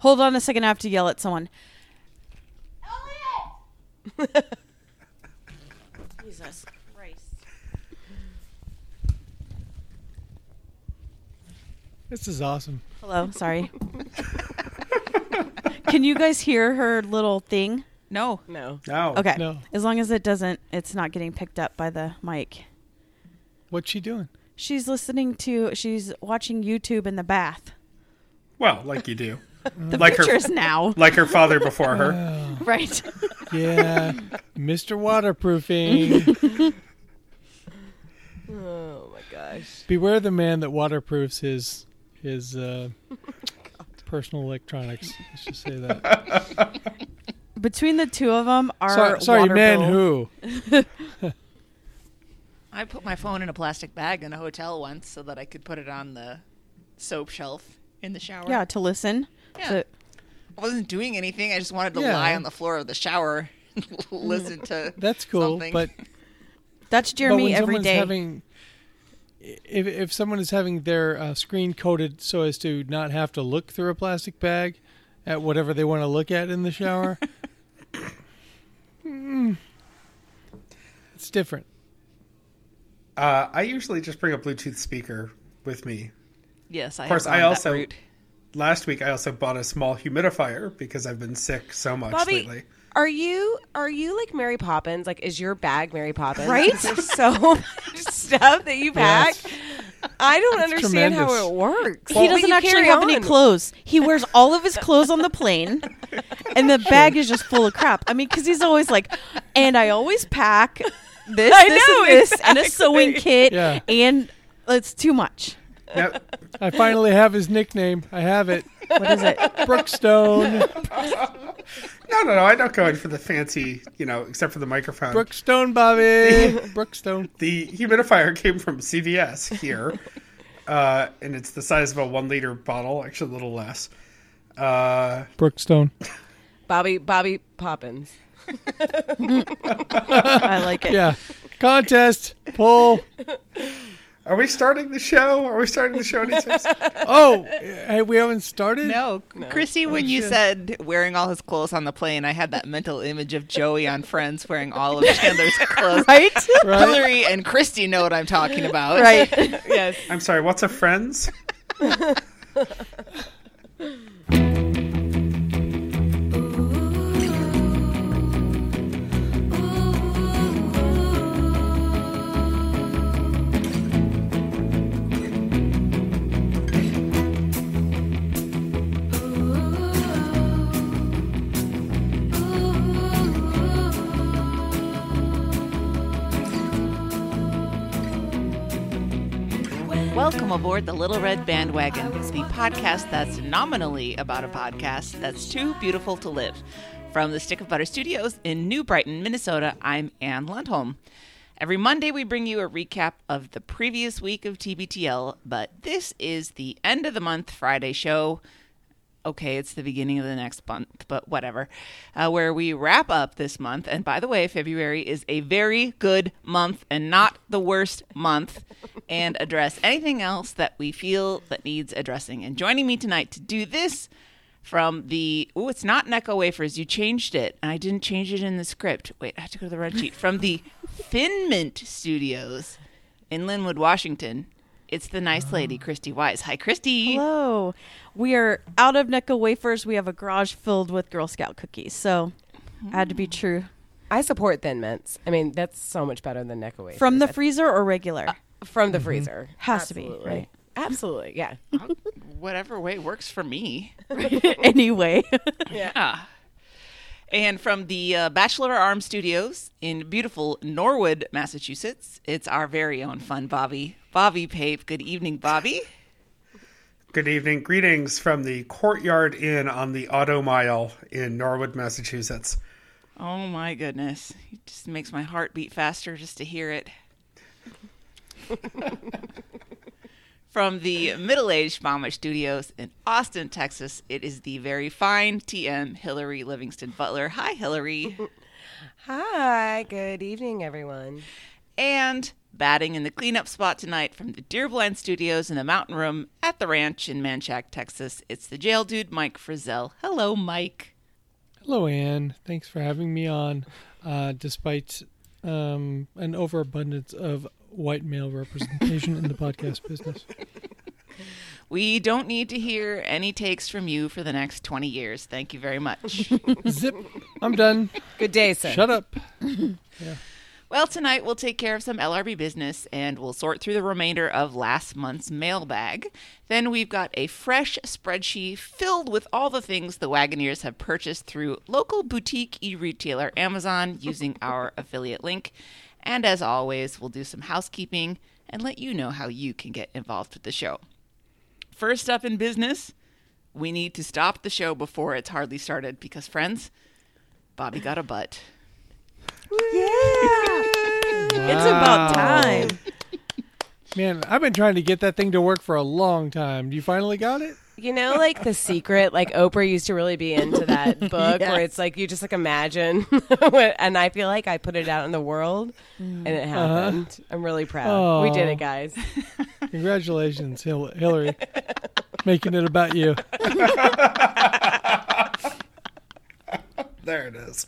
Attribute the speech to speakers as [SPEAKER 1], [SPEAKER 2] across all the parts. [SPEAKER 1] Hold on a second. I have to yell at someone. Jesus Christ.
[SPEAKER 2] This is awesome.
[SPEAKER 1] Hello. Sorry. Can you guys hear her little thing?
[SPEAKER 3] No.
[SPEAKER 4] No.
[SPEAKER 5] No.
[SPEAKER 1] Okay.
[SPEAKER 2] No.
[SPEAKER 1] As long as it doesn't, it's not getting picked up by the mic.
[SPEAKER 2] What's she doing?
[SPEAKER 1] She's listening to, she's watching YouTube in the bath.
[SPEAKER 5] Well, like you do.
[SPEAKER 1] The
[SPEAKER 5] Like her-
[SPEAKER 1] pictures now.
[SPEAKER 5] Like her father before her.
[SPEAKER 1] Right.
[SPEAKER 2] Yeah, Mr. Waterproofing.
[SPEAKER 4] Oh my gosh.
[SPEAKER 2] Beware the man that waterproofs his his uh, personal electronics. Let's just say that.
[SPEAKER 1] Between the two of them are.
[SPEAKER 2] Sorry, sorry
[SPEAKER 1] water
[SPEAKER 2] man.
[SPEAKER 1] bill-
[SPEAKER 2] Who?
[SPEAKER 3] I put my phone in a plastic bag in a hotel once so that I could put it on the soap shelf in the shower.
[SPEAKER 1] Yeah, to listen.
[SPEAKER 3] Yeah.
[SPEAKER 1] So-
[SPEAKER 3] I wasn't doing anything. I just wanted to
[SPEAKER 2] Yeah.
[SPEAKER 3] lie on the floor of the shower and listen to.
[SPEAKER 2] That's cool.
[SPEAKER 3] Something.
[SPEAKER 2] But
[SPEAKER 1] that's
[SPEAKER 2] but
[SPEAKER 1] Jeremy
[SPEAKER 2] when
[SPEAKER 1] every
[SPEAKER 2] someone's
[SPEAKER 1] day.
[SPEAKER 2] having, if if someone is having their uh, screen coated so as to not have to look through a plastic bag at whatever they want to look at in the shower, mm, it's different.
[SPEAKER 5] Uh, I usually just bring a Bluetooth speaker with me.
[SPEAKER 3] yes, I. Of
[SPEAKER 5] course, I also- Last week, I also bought a small humidifier because I've been sick so much
[SPEAKER 4] Bobby,
[SPEAKER 5] lately.
[SPEAKER 4] Are you are you like Mary Poppins? Like, is your bag Mary Poppins?
[SPEAKER 1] Right?
[SPEAKER 4] There's so much stuff that you pack. I don't understand
[SPEAKER 2] tremendous.
[SPEAKER 4] how it works.
[SPEAKER 1] he doesn't actually have any clothes. He wears all of his clothes on the plane, and the bag is just full of crap. I mean, because he's always like, and I always pack this, this,
[SPEAKER 4] I know,
[SPEAKER 1] and this, and a
[SPEAKER 4] exactly.
[SPEAKER 1] sewing kit,
[SPEAKER 2] Yeah.
[SPEAKER 1] and it's too much.
[SPEAKER 5] Now,
[SPEAKER 2] I finally have his nickname. I have it.
[SPEAKER 1] What is it?
[SPEAKER 2] Brookstone.
[SPEAKER 5] no, no, no. I don't go in for the fancy, you know, except for the microphone.
[SPEAKER 2] Brookstone, Bobby. Brookstone.
[SPEAKER 5] The humidifier came from CVS here, uh, and it's the size of a one liter bottle, actually a little less. Uh,
[SPEAKER 2] Brookstone.
[SPEAKER 4] Bobby Bobby Poppins.
[SPEAKER 1] I like it.
[SPEAKER 2] Yeah. Contest. Poll.
[SPEAKER 5] are we starting the show? Are we starting the show? anytime soon?
[SPEAKER 2] Oh, hey, we haven't started?
[SPEAKER 3] No, Chrissy, when you said wearing all his clothes on the plane, I had that mental image of Joey on Friends wearing all of Chandler's clothes.
[SPEAKER 1] Right?
[SPEAKER 2] Right?
[SPEAKER 3] Hillary and Christy know what I'm talking about.
[SPEAKER 1] right.
[SPEAKER 4] Yes.
[SPEAKER 5] I'm sorry. What's a friends?
[SPEAKER 3] Welcome aboard the Little Red Bandwagon, the podcast that's nominally about a podcast that's too beautiful to live. From the Stick of Butter Studios in New Brighton, Minnesota, I'm Ann Lundholm. Every Monday, we bring you a recap of the previous week of TBTL, but this is the end of the month Friday show okay, it's the beginning of the next month, but whatever, uh, where we wrap up this month. And by the way, February is a very good month and not the worst month, and address anything else that we feel that needs addressing. And joining me tonight to do this from the oh, it's not Necco wafers. You changed it, and I didn't change it in the script. Wait, I have to go to the red sheet from the Finmint Studios in Linwood, Washington. It's the nice lady, Christy Wise. Hi, Christy.
[SPEAKER 1] Hello. We are out of Necco wafers. We have a garage filled with Girl Scout cookies. So, I had to
[SPEAKER 4] Mm.
[SPEAKER 1] be true.
[SPEAKER 4] I support Thin Mints. I mean, that's so much better than Necco wafers.
[SPEAKER 1] From the freezer or regular?
[SPEAKER 4] from the freezer
[SPEAKER 1] Has to be,
[SPEAKER 4] Uh, Absolutely.
[SPEAKER 1] right?
[SPEAKER 4] Absolutely, yeah.
[SPEAKER 3] whatever way works for me.
[SPEAKER 1] anyway.
[SPEAKER 3] Yeah. And from the uh, Bachelor Arm Studios in beautiful Norwood, Massachusetts, it's our very own fun Bobby, Bobby Pape. Good evening, Bobby.
[SPEAKER 5] Good evening. Greetings from the Courtyard Inn on the Auto Mile in Norwood, Massachusetts.
[SPEAKER 3] Oh my goodness, it just makes my heart beat faster just to hear it. From the middle-aged Mama Studios in Austin, Texas, it is the very fine TM Hillary Livingston Butler. Hi, Hillary.
[SPEAKER 4] Hi, good evening, everyone.
[SPEAKER 3] And batting in the cleanup spot tonight from the Deerblind Studios in the Mountain Room at the ranch in Manchac, Texas. It's the jail dude, Mike Frizzell. Hello, Mike.
[SPEAKER 2] Hello, Anne. Thanks for having me on, uh, despite um, an overabundance of white male representation in the podcast business.
[SPEAKER 3] We don't need to hear any takes from you for the next 20 years. Thank you very much.
[SPEAKER 2] Zip. I'm done.
[SPEAKER 4] Good day, sir.
[SPEAKER 2] Shut up.
[SPEAKER 3] well, tonight we'll take care of some LRB business and we'll sort through the remainder of last month's mailbag. Then we've got a fresh spreadsheet filled with all the things the Wagoneers have purchased through local boutique e retailer Amazon using our affiliate link. And as always, we'll do some housekeeping and let you know how you can get involved with the show. First up in business, we need to stop the show before it's hardly started because, friends, Bobby got a butt.
[SPEAKER 1] It's about time.
[SPEAKER 2] Man, I've been trying to get that thing to work for a long time. You finally got it?
[SPEAKER 4] You know, like the secret, like Oprah used to really be into that book where it's like you just like imagine. what- and I feel like I put it out in the world and
[SPEAKER 3] Mm.
[SPEAKER 4] it happened.
[SPEAKER 3] Uh-huh.
[SPEAKER 4] I'm really proud. We did
[SPEAKER 2] Oh.
[SPEAKER 4] it, guys.
[SPEAKER 2] Congratulations, Hil- Hillary. Making it about you.
[SPEAKER 5] There it is.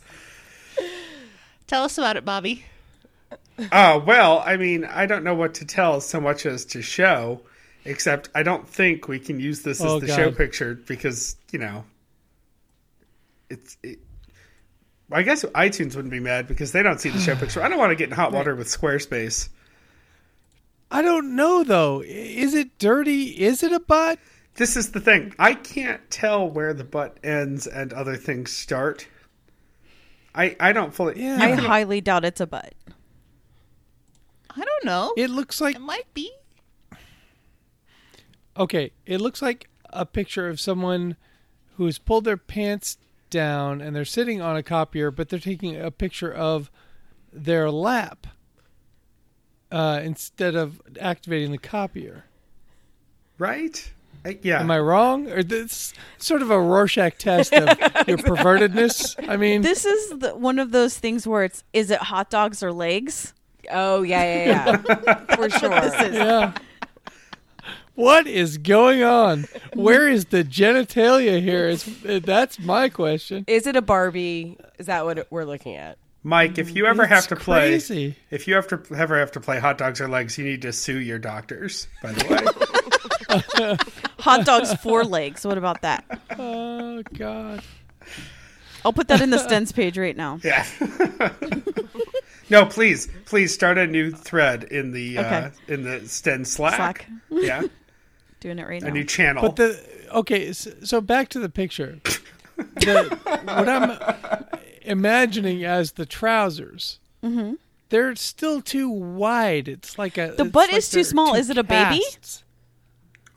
[SPEAKER 3] Tell us about it, Bobby.
[SPEAKER 5] Uh, well, I mean, I don't know what to tell so much as to show, except I don't think we can use this
[SPEAKER 2] Oh,
[SPEAKER 5] as the
[SPEAKER 2] God.
[SPEAKER 5] show picture because, you know, it's. It, I guess iTunes wouldn't be mad because they don't see the show picture. I don't want to get in hot water with Squarespace.
[SPEAKER 2] I don't know, though. I- Is it dirty? Is it a butt?
[SPEAKER 5] This is the thing. I can't tell where the butt ends and other things start. I, I don't fully.
[SPEAKER 2] Yeah.
[SPEAKER 1] I highly doubt it's a butt.
[SPEAKER 3] I don't know. It,
[SPEAKER 2] It looks like
[SPEAKER 3] might be.
[SPEAKER 2] Okay, it looks like a picture of someone who's pulled their pants down and they're sitting on a copier, but they're taking a picture of their lap uh, instead of activating the copier.
[SPEAKER 5] Right? I, yeah.
[SPEAKER 2] Am I wrong? Or this sort of a Rorschach test of your pervertedness? I mean,
[SPEAKER 1] This is the, one of those things where it's is it hot dogs or legs?
[SPEAKER 4] Oh, yeah, yeah, yeah. For sure.
[SPEAKER 1] This is
[SPEAKER 2] yeah. What is going on? Where is the genitalia here? It's, that's my question.
[SPEAKER 4] Is it a Barbie? Is that what we're looking at?
[SPEAKER 5] Mike, if you ever have
[SPEAKER 2] It's
[SPEAKER 5] to play,
[SPEAKER 2] crazy.
[SPEAKER 5] if you have to ever have to play hot dogs or legs, you need to sue your doctors. By the way,
[SPEAKER 1] hot dogs for legs. What about that?
[SPEAKER 2] Oh, God.
[SPEAKER 1] I'll put that in the Stens page right now.
[SPEAKER 5] yeah. no, please, please start a new thread in the uh,
[SPEAKER 1] Okay.
[SPEAKER 5] in the Sten Slack.
[SPEAKER 1] Slack.
[SPEAKER 5] Yeah,
[SPEAKER 1] Doing it right
[SPEAKER 5] a new
[SPEAKER 1] now.
[SPEAKER 5] channel.
[SPEAKER 2] But the okay, so, so back to the picture. The, what I'm imagining as the trousers, they're still too wide. It's like a
[SPEAKER 1] Mm-hmm. The
[SPEAKER 2] it's
[SPEAKER 1] butt
[SPEAKER 2] like
[SPEAKER 1] is too
[SPEAKER 2] they're
[SPEAKER 1] small.
[SPEAKER 2] two
[SPEAKER 1] Is it a baby?
[SPEAKER 2] casts.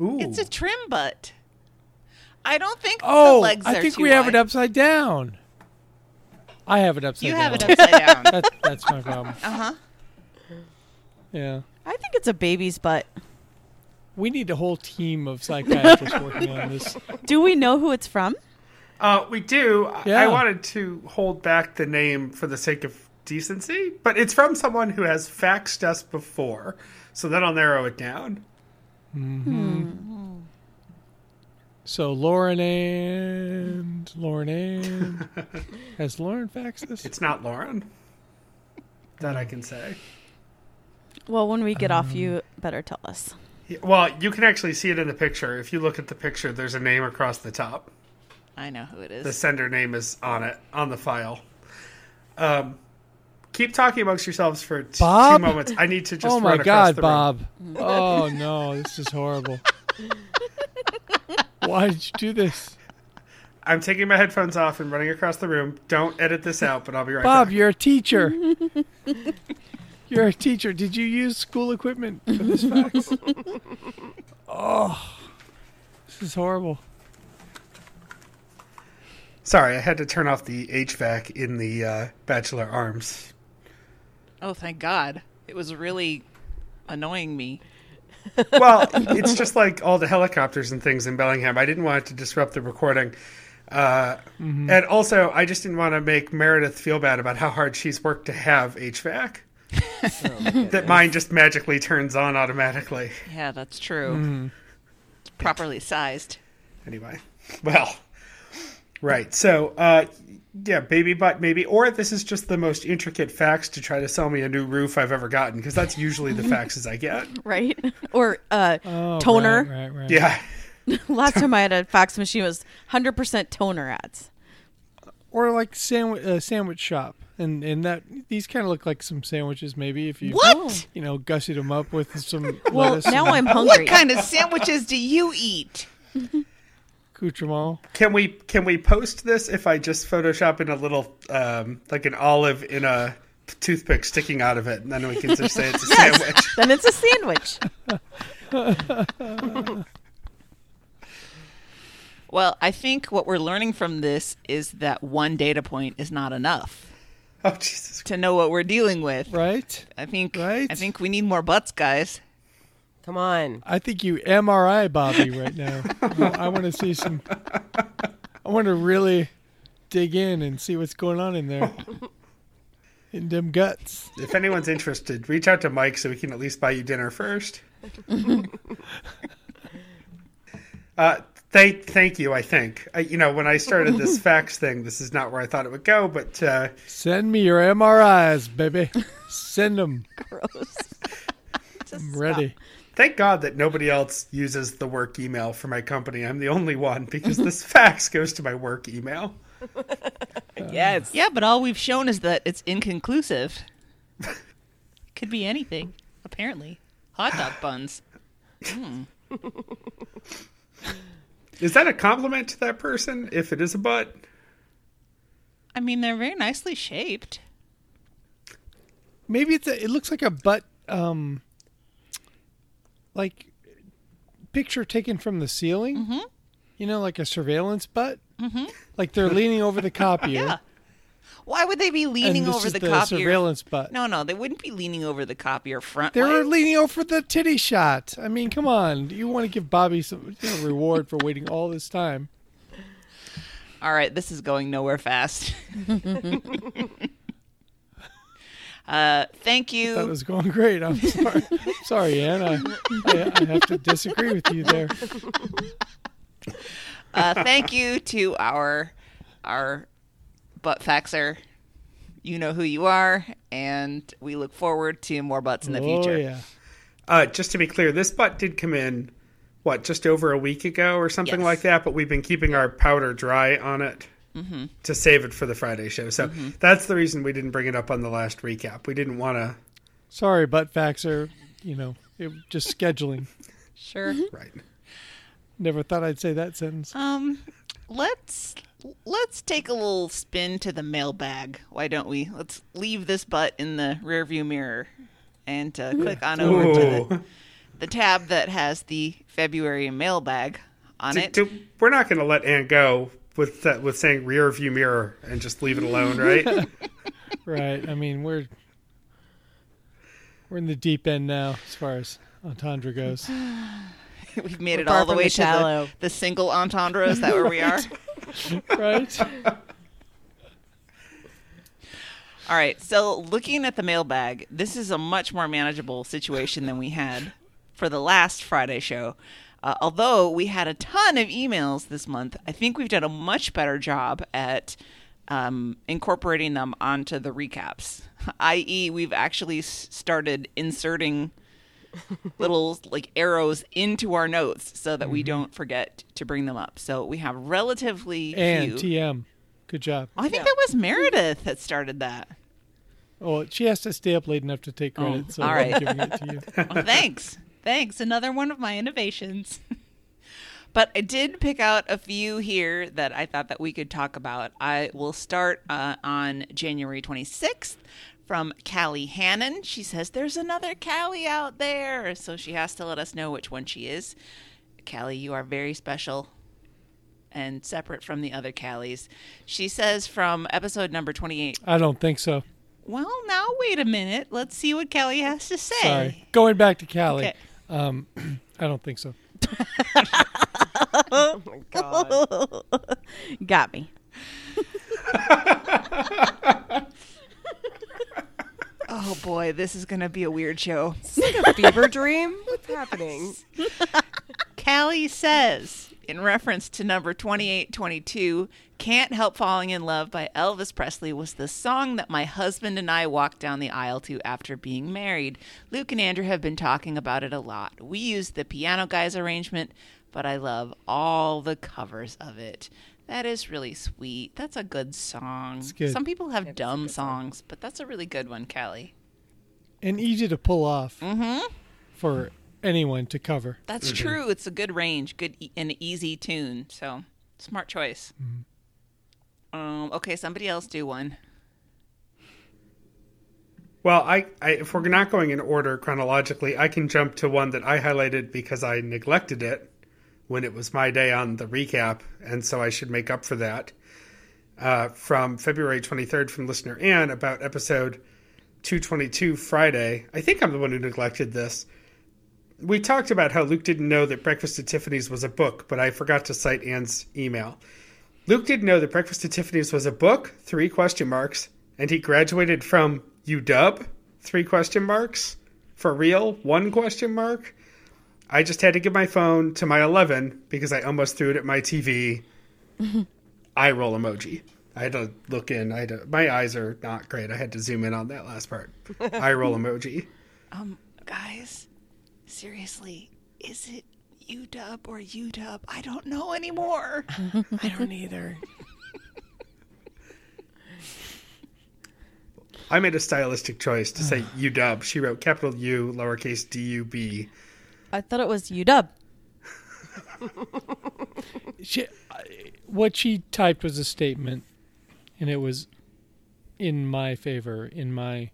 [SPEAKER 5] Ooh,
[SPEAKER 3] It's a trim butt. I don't think
[SPEAKER 2] Oh,
[SPEAKER 3] the legs
[SPEAKER 2] I
[SPEAKER 3] are
[SPEAKER 2] think
[SPEAKER 3] too
[SPEAKER 2] we have it
[SPEAKER 3] wide.
[SPEAKER 2] upside down. I have it upside
[SPEAKER 3] You
[SPEAKER 2] down.
[SPEAKER 3] have it upside down.
[SPEAKER 2] That, that's my problem. Uh
[SPEAKER 1] Uh-huh.
[SPEAKER 2] huh. Yeah,
[SPEAKER 1] I think it's a baby's butt.
[SPEAKER 2] we need a whole team of psychiatrists working on this.
[SPEAKER 1] Do we know who it's from?
[SPEAKER 5] uh, we do. I-
[SPEAKER 2] Yeah.
[SPEAKER 5] I wanted to hold back the name for the sake of decency, but it's from someone who has faxed us before, so that'll narrow it down.
[SPEAKER 2] So Lauren and Lauren and has Lauren faxed this?
[SPEAKER 5] It's not Lauren. That I can say.
[SPEAKER 1] Well, when we get off, you better tell us.
[SPEAKER 5] Yeah, Well, you can actually see it in the picture. If you look at the picture, there's a name across the top.
[SPEAKER 3] I know who it
[SPEAKER 5] The
[SPEAKER 3] is.
[SPEAKER 5] sender name is on it on the file. Um, keep talking amongst yourselves for t- two
[SPEAKER 2] Bob?
[SPEAKER 5] moments. I need to just.
[SPEAKER 2] oh my
[SPEAKER 5] run across
[SPEAKER 2] god,
[SPEAKER 5] the room.
[SPEAKER 2] Bob. Oh no, this is horrible. Why did you do this?
[SPEAKER 5] I'm taking my headphones off and running across the room. Don't edit this out, but I'll be right
[SPEAKER 2] Bob,
[SPEAKER 5] back.
[SPEAKER 2] you're a teacher. You're a teacher. Did you use school equipment for this fax? Oh, this is horrible.
[SPEAKER 5] Sorry, I had to turn off the HVAC in the uh, Bachelor Arms.
[SPEAKER 3] Oh, thank God. It was really annoying me.
[SPEAKER 5] Well, it's just like all the helicopters and things in Bellingham. I didn't want it to disrupt the recording. Uh, And also, I just didn't want to make Meredith feel bad about how hard she's worked to have HVAC. that mine just magically turns on automatically.
[SPEAKER 3] Yeah, that's true.
[SPEAKER 2] Hmm.
[SPEAKER 3] Properly sized.
[SPEAKER 5] Anyway, well, right. So, uh, yeah, baby butt maybe, or this is just the most intricate fax to try to sell me a new roof I've ever gotten because that's usually the faxes I get.
[SPEAKER 1] right? Or uh,
[SPEAKER 2] Oh,
[SPEAKER 1] toner.
[SPEAKER 2] Right, right, right.
[SPEAKER 5] Yeah,
[SPEAKER 1] Last time I had a fax machine it was 100% toner ads.
[SPEAKER 2] Or like sandwich uh, sandwich shop, and and that these kind of look like some sandwiches maybe if you
[SPEAKER 3] What?
[SPEAKER 2] you know gussied them up with some
[SPEAKER 1] Well,
[SPEAKER 2] lettuce
[SPEAKER 1] now
[SPEAKER 2] and
[SPEAKER 1] I'm hungry.
[SPEAKER 3] What kind of sandwiches do you eat?
[SPEAKER 2] accoutrement.
[SPEAKER 5] can we can we post this if I just Photoshop in a little um, like an olive in a toothpick sticking out of it, and then we can just say it's a sandwich.
[SPEAKER 1] then it's a sandwich.
[SPEAKER 3] Well, I think what we're learning from this is that one data point is not enough
[SPEAKER 5] Oh Jesus!
[SPEAKER 3] to know what we're dealing with.
[SPEAKER 2] Right.
[SPEAKER 3] I think
[SPEAKER 2] Right.
[SPEAKER 3] I think we need more butts, guys.
[SPEAKER 4] Come on.
[SPEAKER 2] I think you MRI Bobby right now. I want to see some. I want to really dig in and see what's going on in there. In them guts.
[SPEAKER 5] If anyone's interested, reach out to Mike so we can at least buy you dinner first. uh, thank, thank you. I think I, you know when I started this fax thing, this is not where I thought it would go, but uh,
[SPEAKER 2] Send me your MRIs, baby. Send them.
[SPEAKER 1] Gross.
[SPEAKER 2] I'm ready.
[SPEAKER 5] thank God that nobody else uses the work email for my company. I'm the only one because this fax goes to my work email.
[SPEAKER 3] Uh.
[SPEAKER 4] Yes.
[SPEAKER 3] Yeah, but all we've shown is that it's inconclusive. Could be anything, apparently. Hot dog buns.
[SPEAKER 5] Is that a compliment to that person? If it is a butt,
[SPEAKER 3] I mean, they're very nicely shaped.
[SPEAKER 2] Maybe it's a, it looks like a butt, um, like picture taken from the ceiling.
[SPEAKER 3] Mm-hmm.
[SPEAKER 2] You know, like a surveillance butt. Mm-hmm. Like they're leaning over the copier.
[SPEAKER 3] Yeah. Why would they be
[SPEAKER 2] And
[SPEAKER 3] leaning
[SPEAKER 2] this
[SPEAKER 3] over
[SPEAKER 2] is
[SPEAKER 3] the,
[SPEAKER 2] the,
[SPEAKER 3] copier?
[SPEAKER 2] surveillance butt.
[SPEAKER 3] No, no, they wouldn't be leaning over the copier front.
[SPEAKER 2] They were
[SPEAKER 3] wise.
[SPEAKER 2] leaning over the titty shot. I mean, come on. You want to give Bobby some you know, reward for waiting all this time.
[SPEAKER 3] All right, this is going nowhere fast. uh, thank you.
[SPEAKER 2] That was going great. I'm sorry. sorry, Anne. I, I, I have to disagree with you there.
[SPEAKER 3] uh, thank you to our our butt faxer. You know who you are, and we look forward to more butts in the
[SPEAKER 2] oh,
[SPEAKER 3] future.
[SPEAKER 2] yeah.
[SPEAKER 5] uh, just to be clear, this butt did come in what just over a week ago or something
[SPEAKER 3] Yes.
[SPEAKER 5] like that. But we've been keeping our powder dry on it.
[SPEAKER 3] Mm-hmm.
[SPEAKER 5] To save it for the Friday show, so that's the reason we didn't bring it up on the last recap. We didn't want to,
[SPEAKER 2] Sorry, butt faxer. You know, it, just scheduling.
[SPEAKER 3] Sure.
[SPEAKER 4] Mm-hmm.
[SPEAKER 5] right?
[SPEAKER 2] Never thought I'd say that sentence.
[SPEAKER 3] Um, let's let's take a little spin to the mailbag. Why don't we? Let's leave this butt in the rearview mirror and
[SPEAKER 4] Mm-hmm.
[SPEAKER 3] uh, click on over to the,
[SPEAKER 5] Ooh.
[SPEAKER 3] the tab that has the February mailbag on
[SPEAKER 5] Do-
[SPEAKER 3] it.
[SPEAKER 5] do- we're not going to let Anne go with that, with saying rear view mirror and just leave it alone, right?
[SPEAKER 2] Right. I mean, we're we're in the deep end now as far as entendre goes.
[SPEAKER 3] We've made it
[SPEAKER 4] far
[SPEAKER 3] all the
[SPEAKER 4] from
[SPEAKER 3] way
[SPEAKER 4] the
[SPEAKER 3] to the,
[SPEAKER 4] shallow.
[SPEAKER 3] the single entendre. Is that where we are?
[SPEAKER 2] Right?
[SPEAKER 3] All right. So, looking at the mailbag, this is a much more manageable situation than we had for the last Friday show. Uh, although we had a ton of emails this month, I think we've done a much better job at um, incorporating them onto the recaps. I.e., we've actually s- started inserting little like arrows into our notes so that we don't forget to bring them up. So we have relatively
[SPEAKER 2] And
[SPEAKER 3] few. Oh,
[SPEAKER 2] TM. Good job.
[SPEAKER 3] I think that was Meredith that started that.
[SPEAKER 2] Oh, she has to stay up late enough to take credit, so
[SPEAKER 3] Oh, all
[SPEAKER 2] I'm
[SPEAKER 3] right.
[SPEAKER 2] giving it to you.
[SPEAKER 3] Well, thanks. Thanks. Another one of my innovations. but I did pick out a few here that I thought that we could talk about. I will start uh, on January 26th from Callie Hannon. She says there's another Callie out there, so she has to let us know which one she is. Callie, you are very special and separate from the other Callies. She says from episode number 28,
[SPEAKER 2] I don't think so.
[SPEAKER 3] well, now wait a minute. Let's see what Callie has to say.
[SPEAKER 2] Sorry. Going back to Cali.
[SPEAKER 3] Okay.
[SPEAKER 2] Um, I don't think so.
[SPEAKER 4] God.
[SPEAKER 1] Got me.
[SPEAKER 3] Oh boy, this is going to be a weird show.
[SPEAKER 4] Like a fever dream? What's happening?
[SPEAKER 3] Callie says, in reference to number 2822, Can't Help Falling in Love by Elvis Presley was the song that my husband and I walked down the aisle to after being married. Luke and Andrew have been talking about it a lot. We used the Piano Guys arrangement, but I love all the covers of it. That is really sweet. That's a good song.
[SPEAKER 2] good.
[SPEAKER 3] Some people have dumb songs, but that's a really good one, Callie.
[SPEAKER 2] and easy to pull off
[SPEAKER 3] Mm-hmm.
[SPEAKER 2] for anyone to cover.
[SPEAKER 3] That's true. It's a good range, good e- and easy tune. So smart choice. Um, okay, somebody else do one.
[SPEAKER 5] Well, I, I if we're not going in order chronologically, I can jump to one that I highlighted because I neglected it when it was my day on the recap, and so I should make up for that. Uh, from February 23rd from listener Anne about episode 222 Friday. I think I'm the one who neglected this. We talked about how Luke didn't know that Breakfast at Tiffany's was a book, but I forgot to cite Anne's email. Luke didn't know that Breakfast at Tiffany's was a book, three question marks, and he graduated from UW, three question marks, for real, one question mark. I just had to give my phone to my 11 because I almost threw it at my TV. Eye roll emoji. I had to look in. I had to, my eyes are not great. I had to zoom in on that last part. Eye roll emoji.
[SPEAKER 3] Um, guys, seriously, is it UW or UW? I don't know anymore.
[SPEAKER 4] I don't either.
[SPEAKER 5] I made a stylistic choice to say UW. She wrote capital U, lowercase d u b.
[SPEAKER 1] I thought it was UW.
[SPEAKER 2] She, I- what she typed was a statement, and it was in my favor, in my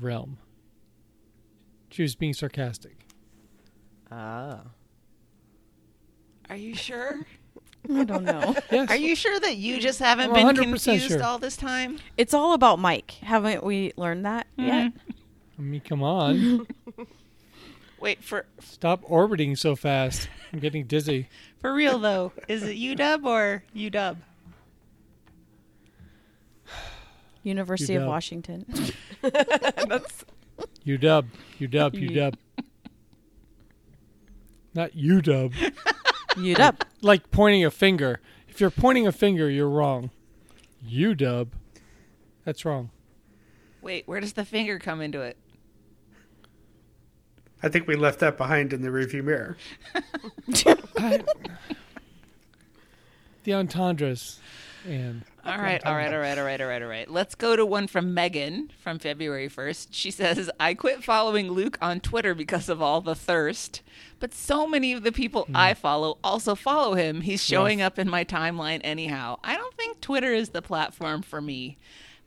[SPEAKER 2] realm. She was being sarcastic.
[SPEAKER 4] Oh.
[SPEAKER 3] Are you sure?
[SPEAKER 1] I don't know.
[SPEAKER 2] Yes.
[SPEAKER 3] Are you sure that you just haven't
[SPEAKER 2] I'm
[SPEAKER 3] been
[SPEAKER 2] 100%
[SPEAKER 3] confused
[SPEAKER 2] sure.
[SPEAKER 3] all this time?
[SPEAKER 1] it's all about Mike. Haven't we learned that yet?
[SPEAKER 2] I mean, come on.
[SPEAKER 3] Wait for
[SPEAKER 2] Stop orbiting so fast. I'm getting dizzy.
[SPEAKER 3] for real though. Is it UW or UW?
[SPEAKER 1] University of
[SPEAKER 2] UW.
[SPEAKER 1] Washington.
[SPEAKER 2] You dub. You dub. You dub. Not you dub.
[SPEAKER 1] UW.
[SPEAKER 2] Like pointing a finger. If you're pointing a finger, you're wrong. You dub. That's wrong.
[SPEAKER 3] Wait, where does the finger come into it?
[SPEAKER 5] I think we left that behind in the rearview mirror.
[SPEAKER 2] I- the entendres. And
[SPEAKER 3] All right, all right, all right, all right, all right, all right. Let's go to one from Megan from February 1st. She says, I quit following Luke on Twitter because of all the thirst, but so many of the people
[SPEAKER 4] Hmm.
[SPEAKER 3] I follow also follow him. He's showing up in my timeline anyhow. I don't think Twitter is the platform for me.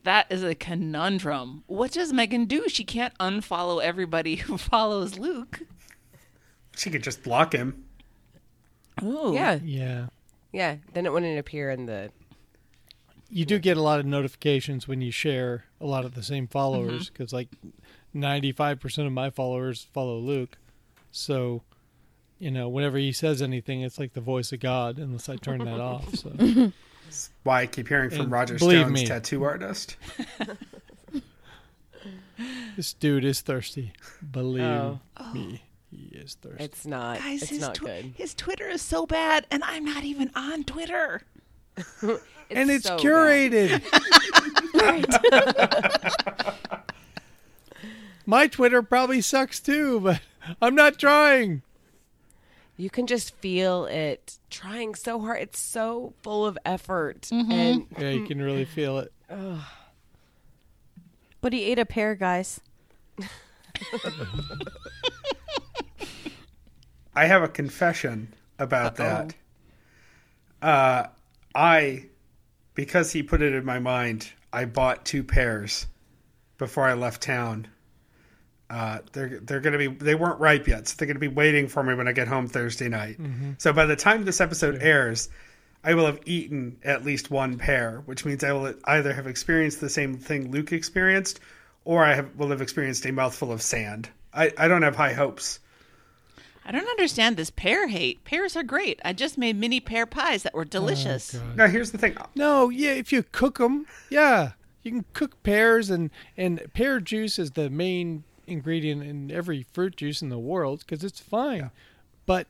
[SPEAKER 3] That is a conundrum. What does Megan do? She can't unfollow everybody who follows Luke.
[SPEAKER 5] She could just block him.
[SPEAKER 3] Ooh.
[SPEAKER 4] Yeah.
[SPEAKER 2] yeah.
[SPEAKER 4] Yeah. Then it wouldn't appear in the.
[SPEAKER 2] You do get a lot of notifications when you share a lot of the same followers because, like, 95% of my followers follow Luke. So, you know, whenever he says anything, it's like the voice of God, unless I turn that off. So,
[SPEAKER 5] Why I keep hearing from
[SPEAKER 2] And
[SPEAKER 5] Roger
[SPEAKER 2] believe
[SPEAKER 5] Stone's
[SPEAKER 2] me.
[SPEAKER 5] tattoo artist.
[SPEAKER 2] this dude is thirsty. Believe
[SPEAKER 4] Oh.
[SPEAKER 2] me, he is thirsty.
[SPEAKER 4] It's not.
[SPEAKER 3] Guys,
[SPEAKER 4] it's
[SPEAKER 3] his,
[SPEAKER 4] not
[SPEAKER 3] tw-
[SPEAKER 4] good.
[SPEAKER 3] his Twitter is so bad, and I'm not even on Twitter.
[SPEAKER 2] and it's
[SPEAKER 4] so bad.
[SPEAKER 2] curated. My Twitter probably sucks too, but I'm not trying.
[SPEAKER 4] You can just feel it trying so hard. It's so full of effort.
[SPEAKER 3] Mm-hmm.
[SPEAKER 4] And
[SPEAKER 2] Yeah, you can really feel it.
[SPEAKER 1] But he ate a pear, guys.
[SPEAKER 5] I have a confession about that. Uh, I, because he put it in my mind, I bought two pairs before I left town. Uh, they're they're gonna be they weren't ripe yet, so they're gonna be waiting for me when I get home Thursday night. So by the time this episode airs, I will have eaten at least one pair, which means I will either have experienced the same thing Luke experienced, or I have, will have experienced a mouthful of sand. I, I don't have high hopes.
[SPEAKER 3] I don't understand this pear hate. Pears are great. I just made mini pear pies that were delicious.
[SPEAKER 5] Now here's the thing.
[SPEAKER 2] No, yeah, if you cook them, yeah, You can cook pears and and pear juice is the main ingredient in every fruit juice in the world because it's fine. But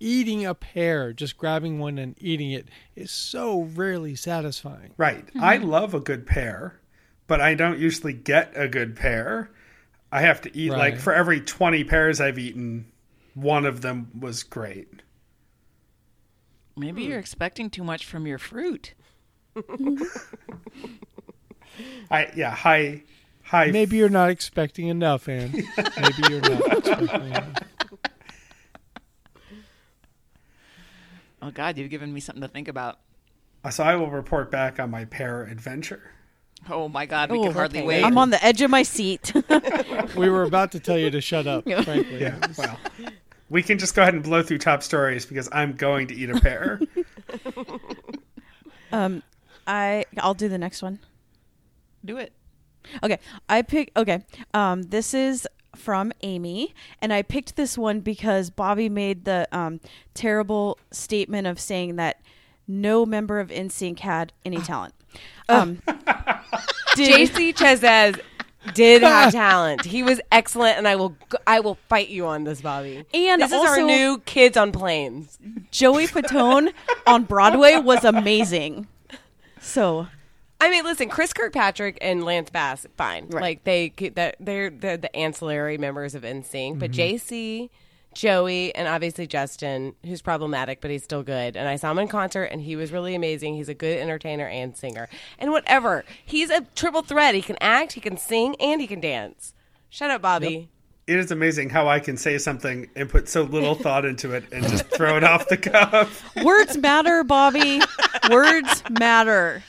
[SPEAKER 2] eating a pear, just grabbing one and eating it, is so rarely satisfying.
[SPEAKER 5] Right. I love a good pear, but I don't usually get a good pear. I have to eat like
[SPEAKER 2] Right.
[SPEAKER 5] for every 20 pears I've eaten, one of them was great.
[SPEAKER 3] Maybe you're expecting too much from your fruit.
[SPEAKER 5] I yeah, high high
[SPEAKER 2] Maybe you're not expecting enough, Anne. Maybe you're not expecting enough.
[SPEAKER 3] Oh God, you've given me something to think about.
[SPEAKER 5] so I will report back on my pear adventure.
[SPEAKER 3] Oh my God, we can hardly
[SPEAKER 4] okay.
[SPEAKER 3] wait.
[SPEAKER 1] I'm on the edge of my seat.
[SPEAKER 2] We were about to tell you to shut up, frankly.
[SPEAKER 5] Yeah. well. We can just go ahead and blow through top stories because I'm going to eat a pear.
[SPEAKER 1] I I'll do the next one.
[SPEAKER 3] Do it.
[SPEAKER 1] Okay, I pick. Okay, um, this is from Amy, and I picked this one because Bobby made the um, terrible statement of saying that no member of NSYNC had any talent. Um, did,
[SPEAKER 4] JC Chazes did have talent. He was excellent, and I will g- I will fight you on this, Bobby.
[SPEAKER 1] And
[SPEAKER 4] this is
[SPEAKER 1] also-
[SPEAKER 4] our new kids on planes.
[SPEAKER 1] Joey Fatone on Broadway was amazing. So
[SPEAKER 4] I mean, listen, Chris Kirkpatrick and Lance Bass, fine. Like they c- that they're, they're the ancillary members of NSYNC,
[SPEAKER 1] Mm-hmm.
[SPEAKER 4] but JC, Joey, and obviously Justin, who's problematic, but he's still good. And I saw him in concert, and he was really amazing. He's a good entertainer and singer, and whatever. He's a triple threat. He can act, he can sing, and he can dance. Shut up, Bobby.
[SPEAKER 5] It is amazing how I can say something and put so little thought into it and just throw it off the cuff.
[SPEAKER 1] words matter, Bobby. Words matter.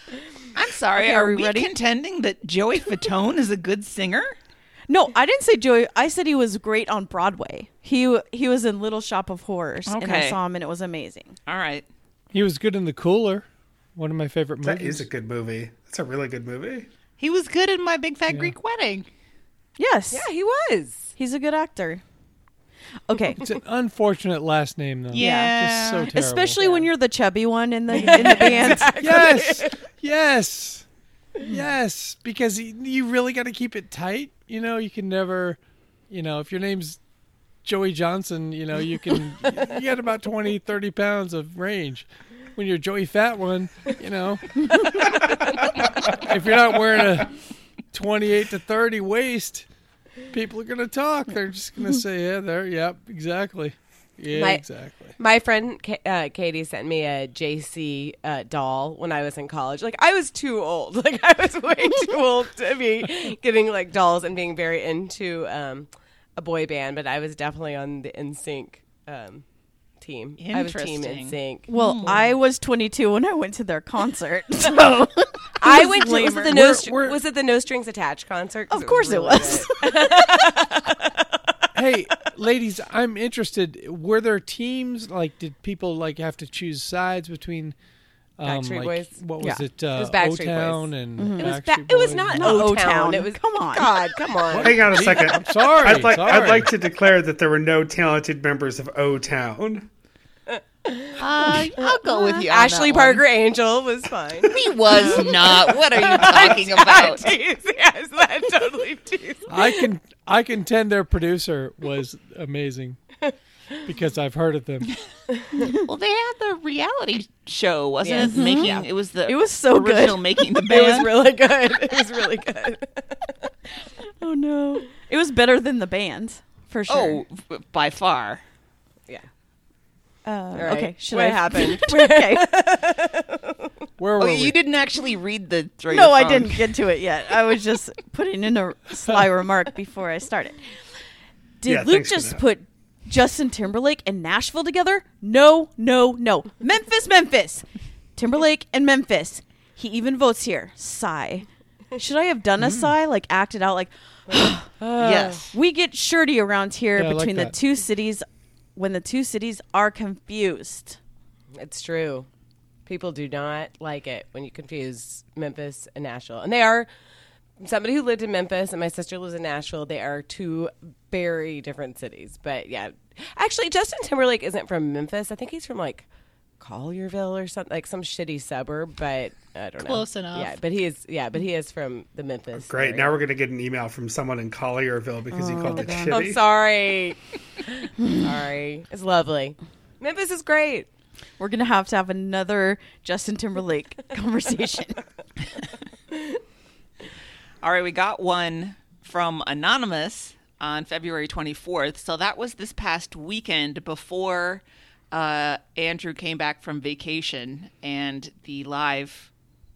[SPEAKER 3] I'm sorry.
[SPEAKER 1] Okay,
[SPEAKER 3] are,
[SPEAKER 1] are we
[SPEAKER 3] we
[SPEAKER 1] ready?
[SPEAKER 3] contending that Joey Fatone is a good singer?
[SPEAKER 1] No, I didn't say Joey. I said he was great on Broadway. He he was in Little Shop of Horrors, and I
[SPEAKER 3] Okay.
[SPEAKER 1] saw him, and it was amazing.
[SPEAKER 3] All right.
[SPEAKER 2] He was good in The Cooler, one of my favorite movies.
[SPEAKER 5] That is a good movie. That's a really good movie.
[SPEAKER 3] He was good in my big fat Greek wedding.
[SPEAKER 1] Yes,
[SPEAKER 4] Yeah, he was.
[SPEAKER 1] he's a good actor. Okay,
[SPEAKER 2] It's an unfortunate last name, though.
[SPEAKER 3] Yeah.
[SPEAKER 2] Just so terrible.
[SPEAKER 1] especially when you're the chubby one in the in the band.
[SPEAKER 2] Yes. yes. Yes. Because y- you really got to keep it tight. You know, you can never, you know, if your name's Joey Johnson, you know, you can, you got about 20, 30 pounds of range. When you're Joey Fat One, you know, if you're not wearing a 28 to 30 waist, people are going to talk. They're just going to say, yeah, there, yep, exactly. Yeah,
[SPEAKER 4] My-
[SPEAKER 2] exactly.
[SPEAKER 4] My friend Ka- uh, Katie sent me a JC uh, doll when I was in college. Like I was too old. Like I was way too old to be getting like dolls and being very into um, a boy band. But I was definitely on the NSYNC um, team. I was team
[SPEAKER 3] Interesting.
[SPEAKER 4] NSYNC.
[SPEAKER 1] Well, I was 22 when I went to their concert, so
[SPEAKER 4] I went to was it
[SPEAKER 1] lamer.
[SPEAKER 4] the no
[SPEAKER 2] We're-
[SPEAKER 4] Str-
[SPEAKER 2] we're-
[SPEAKER 4] was it the No Strings Attached concert? 'Cause
[SPEAKER 1] of course it
[SPEAKER 4] really
[SPEAKER 1] was.
[SPEAKER 4] good.
[SPEAKER 2] hey, ladies, I'm interested. Were there teams like? Did people like have to choose sides between? Um,
[SPEAKER 4] Backstreet
[SPEAKER 2] like,
[SPEAKER 4] Boys?
[SPEAKER 2] What was
[SPEAKER 4] Yeah.
[SPEAKER 2] it? Uh,
[SPEAKER 4] It was Backstreet Boys. Mm-hmm.
[SPEAKER 2] O-Town and
[SPEAKER 4] It was ba-
[SPEAKER 2] Backstreet
[SPEAKER 4] it was
[SPEAKER 2] Boys.
[SPEAKER 4] not
[SPEAKER 1] Not
[SPEAKER 4] O
[SPEAKER 1] O-Town.
[SPEAKER 4] Town. It was
[SPEAKER 1] Come on.
[SPEAKER 4] God, come on.
[SPEAKER 5] Hang on a second. I'm
[SPEAKER 2] Sorry,
[SPEAKER 5] I'd like
[SPEAKER 2] sorry.
[SPEAKER 5] I'd like to declare that there were no talented members of O Town.
[SPEAKER 3] Uh, I'll go with you. on
[SPEAKER 4] Ashley
[SPEAKER 3] that one.
[SPEAKER 4] Parker Angel was fine.
[SPEAKER 3] He was not. What are you talking about?
[SPEAKER 4] Jeez, yes, that totally teased.
[SPEAKER 2] I can I contend their producer was amazing because I've heard of them.
[SPEAKER 3] Well, they had the reality show, wasn't it? Making it was the
[SPEAKER 1] It was so good.
[SPEAKER 3] original making the
[SPEAKER 4] It was
[SPEAKER 3] band.
[SPEAKER 4] really good. It was really good.
[SPEAKER 1] oh no, it was better than the band for sure.
[SPEAKER 3] oh, f- by far.
[SPEAKER 4] Yeah.
[SPEAKER 1] Oh,
[SPEAKER 4] right.
[SPEAKER 1] okay. Should
[SPEAKER 4] What
[SPEAKER 1] I
[SPEAKER 4] happened?
[SPEAKER 1] okay.
[SPEAKER 2] Where were
[SPEAKER 3] Oh,
[SPEAKER 2] we?
[SPEAKER 3] you didn't actually read the. through
[SPEAKER 1] No,
[SPEAKER 3] your
[SPEAKER 1] I
[SPEAKER 3] phone.
[SPEAKER 1] didn't get to it yet. I was just putting in a sly remark before I started. Did
[SPEAKER 5] Yeah,
[SPEAKER 1] Luke
[SPEAKER 5] thanks for
[SPEAKER 1] just
[SPEAKER 5] that.
[SPEAKER 1] put Justin Timberlake and Nashville together? No, no, no. Memphis, Memphis. Timberlake and Memphis. He even votes here. Sigh. Should I have done a sigh? Like acted out like
[SPEAKER 3] Yes.
[SPEAKER 1] we get shirty around here
[SPEAKER 2] Yeah, I like
[SPEAKER 1] between
[SPEAKER 2] that.
[SPEAKER 1] the two cities when the two cities are confused.
[SPEAKER 4] It's true. People do not like it when you confuse Memphis and Nashville. And they are somebody who lived in Memphis and my sister lives in Nashville. They are two very different cities. But yeah. Actually, Justin Timberlake isn't from Memphis. I think he's from like Collierville or something like some shitty suburb, but I don't know.
[SPEAKER 6] Close enough.
[SPEAKER 4] Yeah, but he is. Yeah, but he is from the Memphis.
[SPEAKER 5] Great.
[SPEAKER 4] area.
[SPEAKER 5] Now we're going to get an email from someone in Collierville because you called it
[SPEAKER 4] Oh,
[SPEAKER 5] shitty.
[SPEAKER 4] sorry. sorry. It's lovely. Memphis is great.
[SPEAKER 1] We're gonna have to have another Justin Timberlake conversation.
[SPEAKER 3] All right, we got one from Anonymous on February 24th. So that was this past weekend before uh, Andrew came back from vacation and the live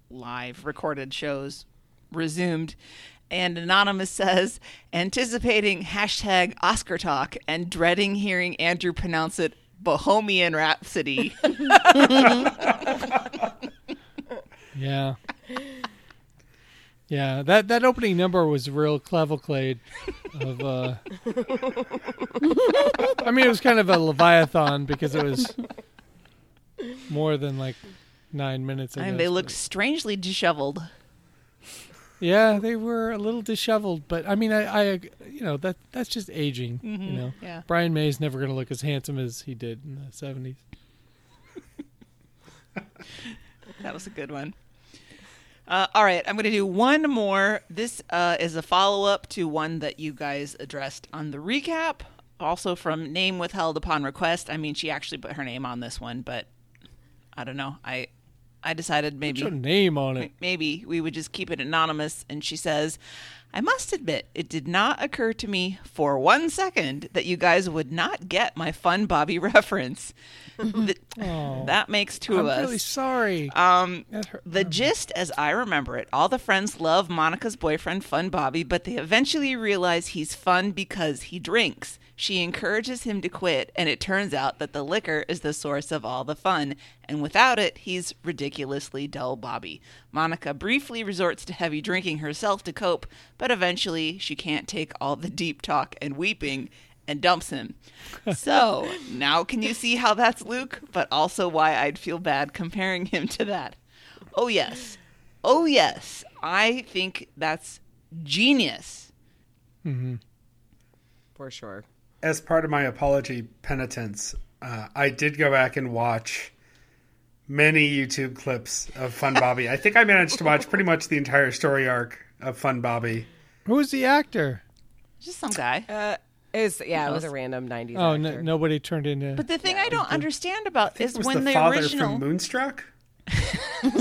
[SPEAKER 3] live recorded shows resumed. And Anonymous says, anticipating hashtag Oscar talk and dreading hearing Andrew pronounce it Bohemian Rhapsody.
[SPEAKER 2] Yeah. Yeah, that, that opening number was real claviclade of uh I mean it was kind of a leviathan because it was more than like 9 minutes I
[SPEAKER 3] and
[SPEAKER 2] guess,
[SPEAKER 3] they
[SPEAKER 2] but-
[SPEAKER 3] look strangely disheveled.
[SPEAKER 2] Yeah, they were a little disheveled, but I mean I, I you know that that's just aging,
[SPEAKER 3] Mm-hmm.
[SPEAKER 2] you know.
[SPEAKER 3] yeah.
[SPEAKER 2] Brian May's never going to look as handsome as he did in the 70s.
[SPEAKER 3] That was a good one. Uh, all right, I'm going to do one more. This uh, is a follow up to one that you guys addressed on the recap. Also from name withheld upon request. I mean, she actually put her name on this one, but I don't know. I I decided maybe
[SPEAKER 2] Put your name on it.
[SPEAKER 3] maybe we would just keep it anonymous. And she says, I must admit, it did not occur to me for one second that you guys would not get my fun Bobby reference. Th- that makes 2
[SPEAKER 2] I'm
[SPEAKER 3] of us.
[SPEAKER 2] really sorry. Um
[SPEAKER 3] The gist, as I remember it, all the friends love Monica's boyfriend, Fun Bobby, but they eventually realize he's fun because he drinks. She encourages him to quit, and it turns out that the liquor is the source of all the fun, and without it, he's ridiculously dull Bobby. Monica briefly resorts to heavy drinking herself to cope, but eventually she can't take all the deep talk and weeping and dumps him. So now can you see how that's Luke, but also why I'd feel bad comparing him to that? Oh, yes. Oh, yes. I think that's genius.
[SPEAKER 4] For sure.
[SPEAKER 5] as part of my apology penitence, uh, I did go back and watch many YouTube clips of Fun Bobby. I think I managed to watch pretty much the entire story arc of Fun Bobby.
[SPEAKER 2] Who's the actor?
[SPEAKER 3] Just some guy.
[SPEAKER 4] Uh, it was, yeah, it was a random 90s
[SPEAKER 2] Oh,
[SPEAKER 4] actor.
[SPEAKER 2] no, nobody turned into.
[SPEAKER 3] But the thing I don't understand about is
[SPEAKER 5] It was
[SPEAKER 3] when
[SPEAKER 5] the
[SPEAKER 3] the,
[SPEAKER 5] father
[SPEAKER 3] original
[SPEAKER 5] from Moonstruck?
[SPEAKER 2] right?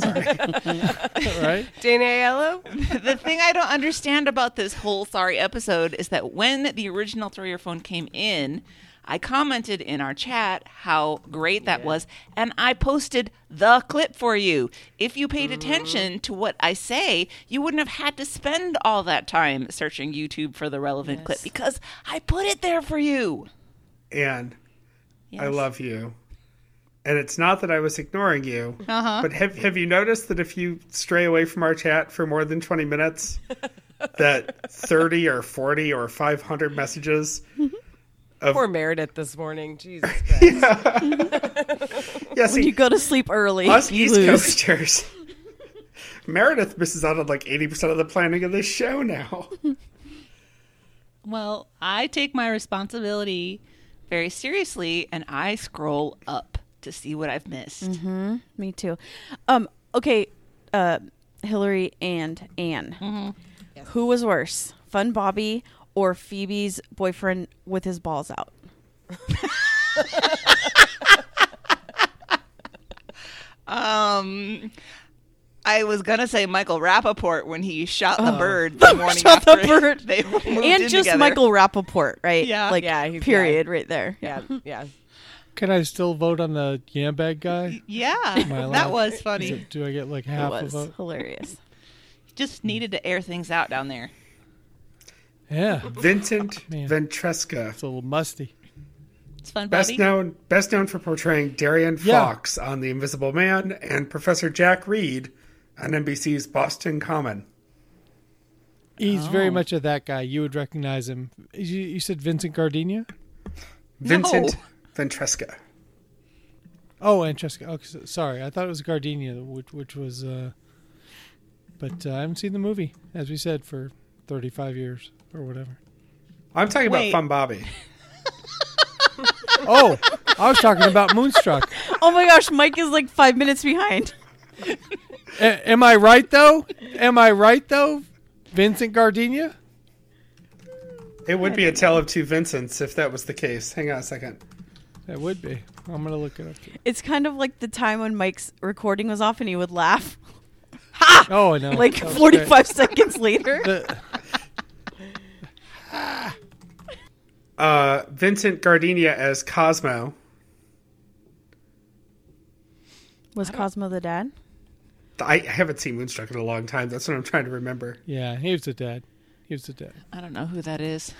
[SPEAKER 4] Dana Aiello?
[SPEAKER 3] the thing I don't understand about this whole sorry episode is that when the original three-year phone came in, I commented in our chat how great that was, and I posted the clip for you. If you paid attention to what I say, you wouldn't have had to spend all that time searching YouTube for the relevant clip because I put it there for you.
[SPEAKER 5] And I love you. And it's not that I was ignoring you,
[SPEAKER 1] Uh-huh.
[SPEAKER 5] but have have you noticed that if you stray away from our chat for more than twenty minutes, that thirty or forty or five hundred messages
[SPEAKER 4] Poor Meredith this morning. Jesus Christ.
[SPEAKER 5] Yes,
[SPEAKER 1] you go to sleep early.
[SPEAKER 5] Us
[SPEAKER 1] you
[SPEAKER 5] East
[SPEAKER 1] lose.
[SPEAKER 5] Coasters. Meredith misses out on like 80% of the planning of this show now.
[SPEAKER 6] Well, I take my responsibility.
[SPEAKER 3] Very seriously, and I scroll up to see what I've missed.
[SPEAKER 1] Me too. Um. Okay. Uh, Hillary and Anne. Who was worse, Fun Bobby or Phoebe's boyfriend with his balls out?
[SPEAKER 3] I was gonna say Michael Rappaport when he shot the bird the morning
[SPEAKER 1] Shut
[SPEAKER 3] after
[SPEAKER 1] the bird.
[SPEAKER 3] they moved
[SPEAKER 1] and
[SPEAKER 3] in
[SPEAKER 1] just
[SPEAKER 3] together.
[SPEAKER 1] Michael Rappaport, right?
[SPEAKER 3] Yeah.
[SPEAKER 1] Like,
[SPEAKER 4] Yeah, he's-
[SPEAKER 1] period, right there.
[SPEAKER 4] yeah, yeah.
[SPEAKER 2] Can I still vote on the Yambag guy?
[SPEAKER 3] Yeah,
[SPEAKER 2] Am I allowed-
[SPEAKER 3] that was
[SPEAKER 2] Is
[SPEAKER 3] funny.
[SPEAKER 2] it- do I get like
[SPEAKER 1] It
[SPEAKER 2] half a
[SPEAKER 1] was
[SPEAKER 2] vote?
[SPEAKER 1] hilarious.
[SPEAKER 3] Just needed to air things out down there.
[SPEAKER 2] Yeah,
[SPEAKER 5] Vincent
[SPEAKER 2] Man.
[SPEAKER 5] Ventresca,
[SPEAKER 2] it's a little musty.
[SPEAKER 6] It's fun,
[SPEAKER 5] best
[SPEAKER 6] Bobby.
[SPEAKER 5] known best known for portraying Darian
[SPEAKER 2] Yeah.
[SPEAKER 5] Fox on The Invisible Man and Professor Jack Reed on NBC's Boston Common.
[SPEAKER 2] He's
[SPEAKER 1] Oh.
[SPEAKER 2] very much of that guy. You would recognize him. You, you said Vincent Gardenia?
[SPEAKER 5] Vincent Ventresca.
[SPEAKER 2] Oh, and Jessica. Oh, so- sorry, I thought it was Gardenia, which, which was. Uh, but uh, I haven't seen the movie, as we said, for 35 years or whatever.
[SPEAKER 5] I'm talking
[SPEAKER 3] Wait.
[SPEAKER 5] about Fun Bobby.
[SPEAKER 2] Oh, I was talking about Moonstruck.
[SPEAKER 1] Oh my gosh, Mike is like five minutes behind.
[SPEAKER 2] A- am I right though? Am I right though? Vincent Gardenia?
[SPEAKER 5] It would be a tale of two Vincents if that was the case. Hang on a second.
[SPEAKER 2] That would be. I'm gonna look it up.
[SPEAKER 1] It's kind of like the time when Mike's recording was off and he would laugh
[SPEAKER 2] Oh, I know.
[SPEAKER 1] like
[SPEAKER 2] That was
[SPEAKER 1] 45
[SPEAKER 2] great.
[SPEAKER 1] seconds later.
[SPEAKER 2] The-
[SPEAKER 5] Uh, Vincent Gardenia as Cosmo.
[SPEAKER 1] Was Cosmo the dad?
[SPEAKER 5] I I haven't seen Moonstruck in a long time. That's what I'm trying to remember.
[SPEAKER 2] yeah, he was a dad. He was a dad.
[SPEAKER 3] I don't know who that is.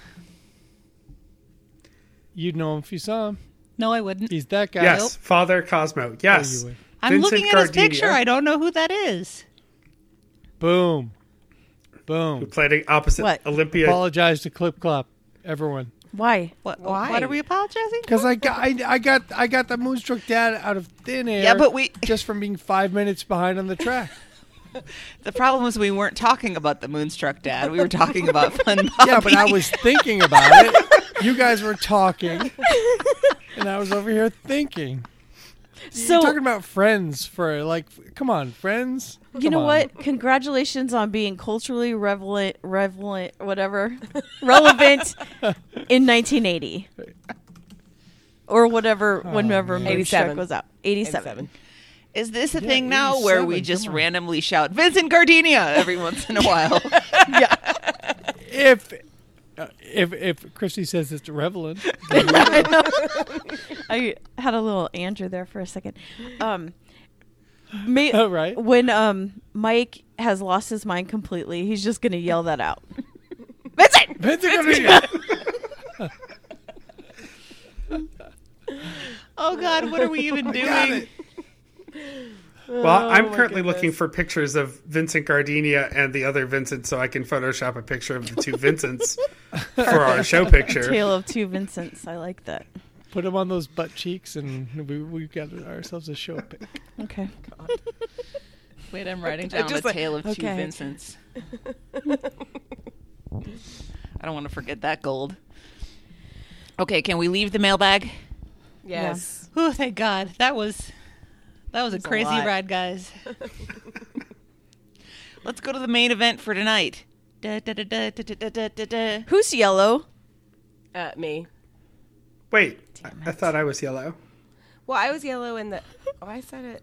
[SPEAKER 2] You'd know him if you saw him.
[SPEAKER 6] No, I wouldn't.
[SPEAKER 2] He's that guy.
[SPEAKER 5] Yes, Father Cosmo. Yes.
[SPEAKER 2] Oh, you would.
[SPEAKER 6] I'm
[SPEAKER 5] Vincent
[SPEAKER 6] looking at his
[SPEAKER 5] Gardenia.
[SPEAKER 6] picture. I don't know who that is.
[SPEAKER 2] Boom.
[SPEAKER 5] Who
[SPEAKER 2] Boom.
[SPEAKER 5] played opposite
[SPEAKER 1] What?
[SPEAKER 5] Olympia?
[SPEAKER 2] Apologize to Clip Clop, everyone.
[SPEAKER 1] Why?
[SPEAKER 3] What,
[SPEAKER 4] Why?
[SPEAKER 3] are we apologizing?
[SPEAKER 2] Because I got I, I got I got the Moonstruck Dad out of thin air.
[SPEAKER 3] Yeah, but we-
[SPEAKER 2] just from being five minutes behind on the track.
[SPEAKER 3] The problem was we weren't talking about the Moonstruck Dad. We were talking about Fun Bobby.
[SPEAKER 2] Yeah, but I was thinking about it. You guys were talking, and I was over here thinking.
[SPEAKER 1] So,
[SPEAKER 2] We're talking about friends for like, f- come on, friends.
[SPEAKER 1] you
[SPEAKER 2] Oh, Come
[SPEAKER 1] know
[SPEAKER 2] on.
[SPEAKER 1] what? Congratulations on being culturally relevant, relevant whatever, relevant in 1980. Or whatever, whenever
[SPEAKER 2] Oh, man.
[SPEAKER 1] Moonstruck
[SPEAKER 4] 87.
[SPEAKER 1] was out. 87.
[SPEAKER 4] Seven.
[SPEAKER 3] Is this a
[SPEAKER 2] Yeah,
[SPEAKER 3] thing now where we
[SPEAKER 2] 87,
[SPEAKER 3] just
[SPEAKER 2] come on.
[SPEAKER 3] randomly shout Vincent Gardenia every once in a while?
[SPEAKER 2] If uh, if if Christy says it's relevant,
[SPEAKER 1] I had a little Andrew there for a second. Um, ma-
[SPEAKER 2] Oh, right.
[SPEAKER 1] When um, Mike has lost his mind completely, he's just going to yell that out. Vincent!
[SPEAKER 2] Vincent Gardenia.
[SPEAKER 3] oh God, what are we even doing?
[SPEAKER 5] Well,
[SPEAKER 2] Oh
[SPEAKER 5] I'm currently looking for pictures of Vincent Gardenia and the other Vincent so I can Photoshop a picture of the two Vincents for our show picture.
[SPEAKER 1] Tale of Two Vincents. I like that.
[SPEAKER 2] Put him on those butt cheeks, and we we got ourselves a show pick.
[SPEAKER 1] Okay.
[SPEAKER 6] Wait, I'm writing down
[SPEAKER 4] just
[SPEAKER 6] a
[SPEAKER 4] like-
[SPEAKER 3] Tale of Two
[SPEAKER 1] Okay.
[SPEAKER 3] Vincents. I don't want to forget that gold. Okay, can we leave the mailbag?
[SPEAKER 4] Yes.
[SPEAKER 6] Oh, thank God. That was that was a crazy
[SPEAKER 4] lot.
[SPEAKER 6] ride, guys.
[SPEAKER 3] Let's go to the main event for tonight. Da, da, da, da, da, da, da, da, da.
[SPEAKER 1] Who's yellow?
[SPEAKER 4] Uh, me.
[SPEAKER 5] Wait, I- I thought I was yellow.
[SPEAKER 4] Well, I was yellow in the. Oh, I said it.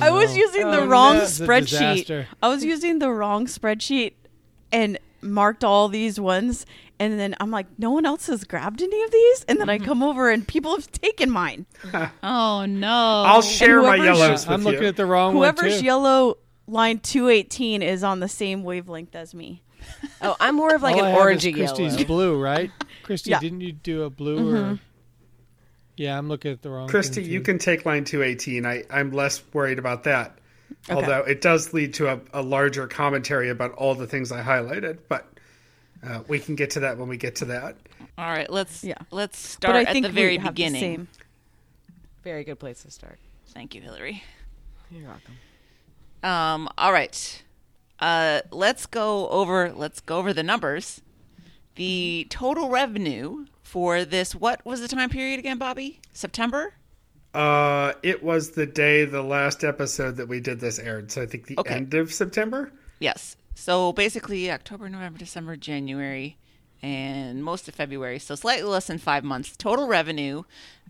[SPEAKER 1] I was using the
[SPEAKER 2] Oh,
[SPEAKER 1] wrong
[SPEAKER 2] no. It's a
[SPEAKER 1] spreadsheet.
[SPEAKER 2] disaster.
[SPEAKER 1] I was using the wrong spreadsheet and marked all these ones. And then I'm like, no one else has grabbed any of these. And then
[SPEAKER 2] Mm-hmm.
[SPEAKER 1] I come over and people have taken mine.
[SPEAKER 6] Oh no.
[SPEAKER 5] I'll share my
[SPEAKER 1] whoever's-
[SPEAKER 5] yellows with
[SPEAKER 2] I'm looking
[SPEAKER 5] you.
[SPEAKER 2] at the wrong one
[SPEAKER 1] Whoever's
[SPEAKER 2] Oh, too.
[SPEAKER 1] yellow line 218 is on the same wavelength as me.
[SPEAKER 4] Oh, I'm more of like
[SPEAKER 2] All
[SPEAKER 4] an
[SPEAKER 2] I have is
[SPEAKER 4] orangey
[SPEAKER 2] Christy's
[SPEAKER 4] yellow. Mm-hmm.
[SPEAKER 2] blue, right? Christy,
[SPEAKER 1] Yeah.
[SPEAKER 2] didn't you do a blue or? Yeah, I'm looking at the wrong.
[SPEAKER 5] Christy,
[SPEAKER 2] thing,
[SPEAKER 5] you
[SPEAKER 2] too.
[SPEAKER 5] can take line 218. I, I'm less worried about that. Although it does lead to a, a larger commentary about all the things I highlighted, but uh, we can get to that when we get to that.
[SPEAKER 3] All right, let's
[SPEAKER 1] Yeah.
[SPEAKER 3] let's
[SPEAKER 1] But
[SPEAKER 3] start
[SPEAKER 1] I
[SPEAKER 3] at
[SPEAKER 1] think
[SPEAKER 3] the very
[SPEAKER 1] we have
[SPEAKER 3] beginning.
[SPEAKER 1] the same.
[SPEAKER 4] Very good place to start.
[SPEAKER 3] Thank you, Hillary.
[SPEAKER 4] You're welcome.
[SPEAKER 3] Um, all right. Uh, let's go over let's go over the numbers. The total revenue for this what was the time period again, Bobby? September?
[SPEAKER 5] Uh, it was the day the last episode that we did this aired, so I think the
[SPEAKER 3] Okay.
[SPEAKER 5] end of September.
[SPEAKER 3] Yes. So basically October, November, December, January, and most of February. So slightly less than five months total revenue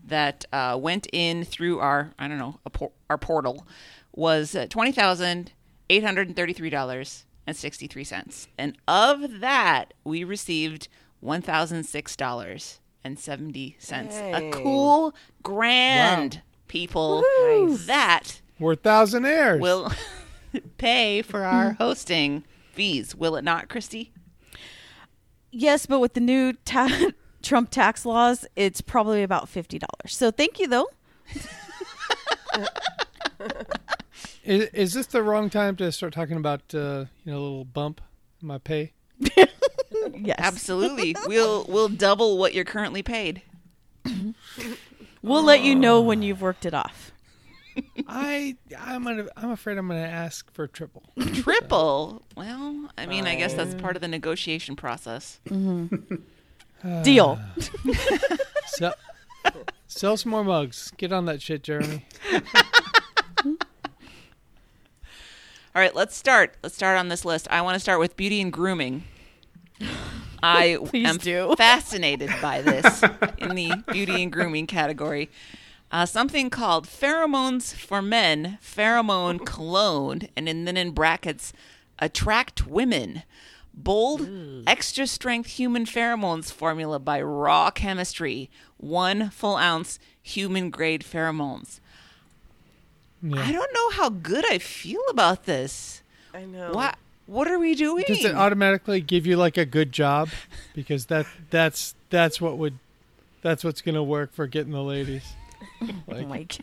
[SPEAKER 3] that uh, went in through our I don't know a por- our portal was uh, twenty thousand eight hundred and thirty three dollars and sixty three cents, and of that we received one thousand six dollars and seventy cents. A cool grand, people. That
[SPEAKER 2] We're thousandaires.
[SPEAKER 3] will pay for our hosting fees, will it not, Christy?
[SPEAKER 1] Yes, but with the new ta- Trump tax laws, it's probably about $50. So thank you, though.
[SPEAKER 2] Is, is this the wrong time to start talking about uh, you know a little bump in my pay?
[SPEAKER 1] Yes.
[SPEAKER 3] Absolutely. we'll we'll double what you're currently paid.
[SPEAKER 1] We'll let you know when you've worked it off.
[SPEAKER 2] I I'm gonna, I'm afraid I'm gonna ask for triple.
[SPEAKER 3] Triple. Well, I mean, I guess that's part of the negotiation
[SPEAKER 2] Uh.
[SPEAKER 3] process.
[SPEAKER 1] Deal.
[SPEAKER 2] So, Sell some more mugs. Get on that shit, Jeremy.
[SPEAKER 3] All right, let's start. Let's start on this list. I want to start with beauty and grooming. I
[SPEAKER 1] Please
[SPEAKER 3] am
[SPEAKER 1] do.
[SPEAKER 3] fascinated by this in the beauty and grooming category. Uh, something called pheromones for men, pheromone cologne, and in, then in brackets, attract women. Bold, extra strength human pheromones formula by Raw Chemistry. One full ounce human grade pheromones. I don't know how good I feel about this.
[SPEAKER 4] I know.
[SPEAKER 3] What what are we doing?
[SPEAKER 2] Does it automatically give you like a good job? Because that that's that's what would that's what's gonna work for getting the ladies. Like
[SPEAKER 1] Like,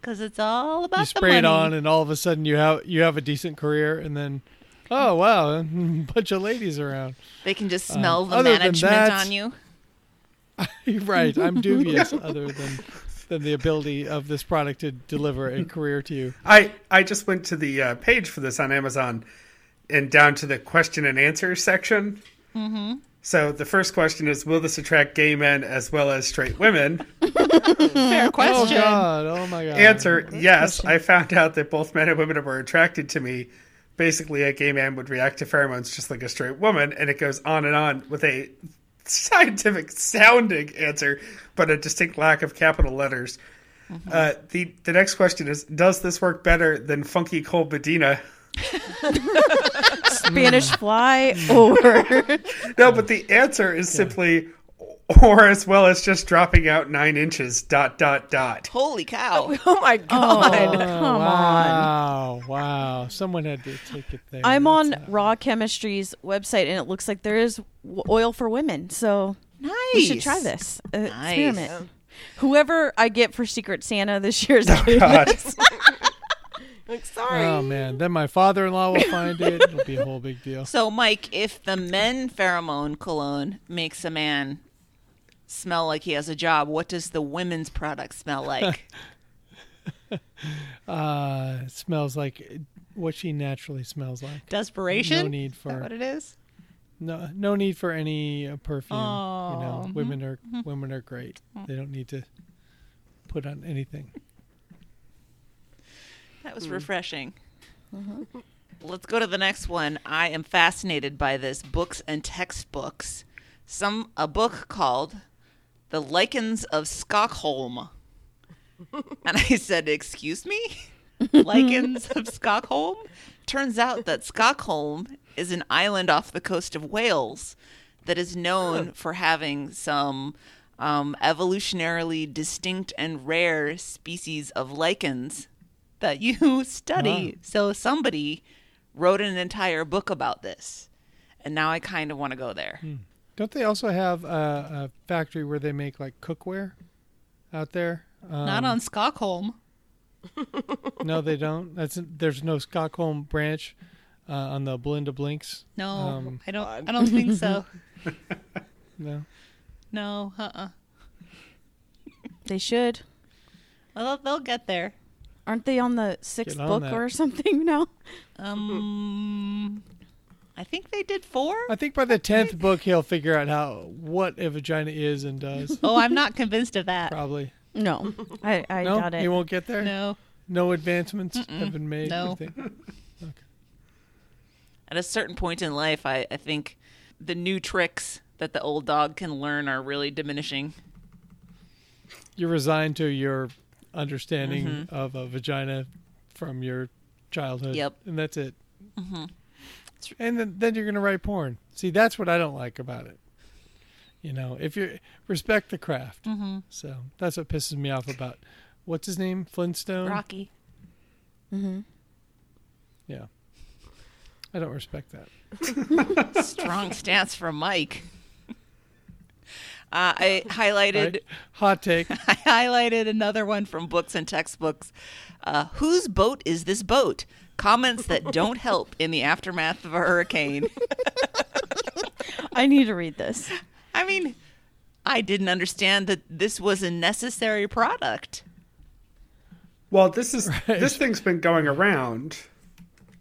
[SPEAKER 6] because it's all about
[SPEAKER 2] you
[SPEAKER 6] the
[SPEAKER 2] spray it
[SPEAKER 6] money.
[SPEAKER 2] on, and all of a sudden you have you have a decent career, and then oh wow, a bunch of ladies around.
[SPEAKER 3] they can just smell the
[SPEAKER 2] Uh, other than
[SPEAKER 3] management
[SPEAKER 2] that-
[SPEAKER 3] on you.
[SPEAKER 2] You're right. I'm dubious other than than the ability of this product to deliver a career to you.
[SPEAKER 5] I I just went to the uh, page for this on Amazon, and down to the question and answer section. Mm-hmm. So the first question is: Will this attract gay men as well as straight women?
[SPEAKER 6] Fair
[SPEAKER 2] Oh
[SPEAKER 6] question.
[SPEAKER 2] god. Oh my god.
[SPEAKER 5] Answer: Yes. I found out that both men and women were attracted to me. Basically, a gay man would react to pheromones just like a straight woman, and it goes on and on with a scientific sounding answer, but a distinct lack of capital letters. Uh, the the next question is: Does this work better than funky cold Medina?
[SPEAKER 1] Spanish fly over.
[SPEAKER 5] No, but the answer is simply or as well as just dropping out nine inches, dot, dot, dot.
[SPEAKER 3] Holy cow.
[SPEAKER 4] Oh my god.
[SPEAKER 2] Oh, wow. Wow. Someone had to take it there.
[SPEAKER 1] I'm on
[SPEAKER 2] That's, uh,
[SPEAKER 1] Raw Chemistry's website, and it looks like there is w- oil for women. So
[SPEAKER 3] Nice.
[SPEAKER 1] we should try this uh,
[SPEAKER 3] Nice.
[SPEAKER 1] experiment. Whoever I get for Secret Santa this year is doing this.
[SPEAKER 4] Like, sorry.
[SPEAKER 2] Oh man. Then my father-in-law will find it. It'll be a whole big deal.
[SPEAKER 3] So Mike, if the men pheromone cologne makes a man smell like he has a job, what does the women's product smell like?
[SPEAKER 2] Uh, it smells like what she naturally smells like.
[SPEAKER 6] Desperation.
[SPEAKER 2] No need
[SPEAKER 6] Is that
[SPEAKER 2] for-
[SPEAKER 6] what it is.
[SPEAKER 2] No, no need for any uh, perfume. You
[SPEAKER 6] Oh, Mm.
[SPEAKER 2] know, women are women are great. They don't need to put on anything.
[SPEAKER 3] That was refreshing. Let's go to the next one. I am fascinated by this books and textbooks. Some a book called "The Lichens of Stockholm," and I said, "Excuse me, Lichens of Stockholm." Turns out that Stockholm is an island off the coast of Wales that is
[SPEAKER 2] Oh.
[SPEAKER 3] known for having some um, evolutionarily distinct and rare species of lichens that you study. So somebody wrote an entire book about this. And now I kind of want to go there.
[SPEAKER 2] Hmm. Don't they also have a, a factory where they make like cookware out there? Um,
[SPEAKER 6] Not on Stockholm.
[SPEAKER 2] no, they don't. That's there's no Stockholm branch uh, on the Belinda Blinks.
[SPEAKER 6] No,
[SPEAKER 2] Um,
[SPEAKER 6] I don't. I don't think so.
[SPEAKER 2] No,
[SPEAKER 6] No, uh-uh.
[SPEAKER 1] they should.
[SPEAKER 6] Well, they'll, they'll get there.
[SPEAKER 1] Aren't they on the sixth
[SPEAKER 2] Get on
[SPEAKER 1] book
[SPEAKER 2] that.
[SPEAKER 1] or something now?
[SPEAKER 6] Um, I think they did four.
[SPEAKER 2] I think by the tenth book he'll figure out how what a vagina is and does.
[SPEAKER 6] Oh, I'm not convinced of that.
[SPEAKER 2] Probably.
[SPEAKER 1] No, I, I
[SPEAKER 2] no,
[SPEAKER 1] doubt it.
[SPEAKER 2] he won't get there.
[SPEAKER 6] No.
[SPEAKER 2] No advancements have been made.
[SPEAKER 6] No.
[SPEAKER 2] I think.
[SPEAKER 3] At a certain point in life, I, I think the new tricks that the old dog can learn are really diminishing.
[SPEAKER 2] You're resigned to your understanding
[SPEAKER 3] Mm-hmm.
[SPEAKER 2] of a vagina from your childhood.
[SPEAKER 3] Yep. Mm-hmm.
[SPEAKER 2] And that's it. And then, then you're going to write porn. See, that's what I don't like about it. You know, if you respect the craft.
[SPEAKER 3] Mm-hmm.
[SPEAKER 2] So that's what pisses me off about what's his name? Flintstone?
[SPEAKER 6] Rocky.
[SPEAKER 2] Yeah. I don't respect that.
[SPEAKER 3] Strong stance from Mike. Uh, I highlighted
[SPEAKER 2] Right? Hot take.
[SPEAKER 3] I highlighted another one from books and textbooks. Uh, Whose boat is this boat? Comments that don't help in the aftermath of a hurricane.
[SPEAKER 1] I need to read this.
[SPEAKER 3] I mean, I didn't understand that this was a necessary product.
[SPEAKER 5] Well, this is this thing's been going around,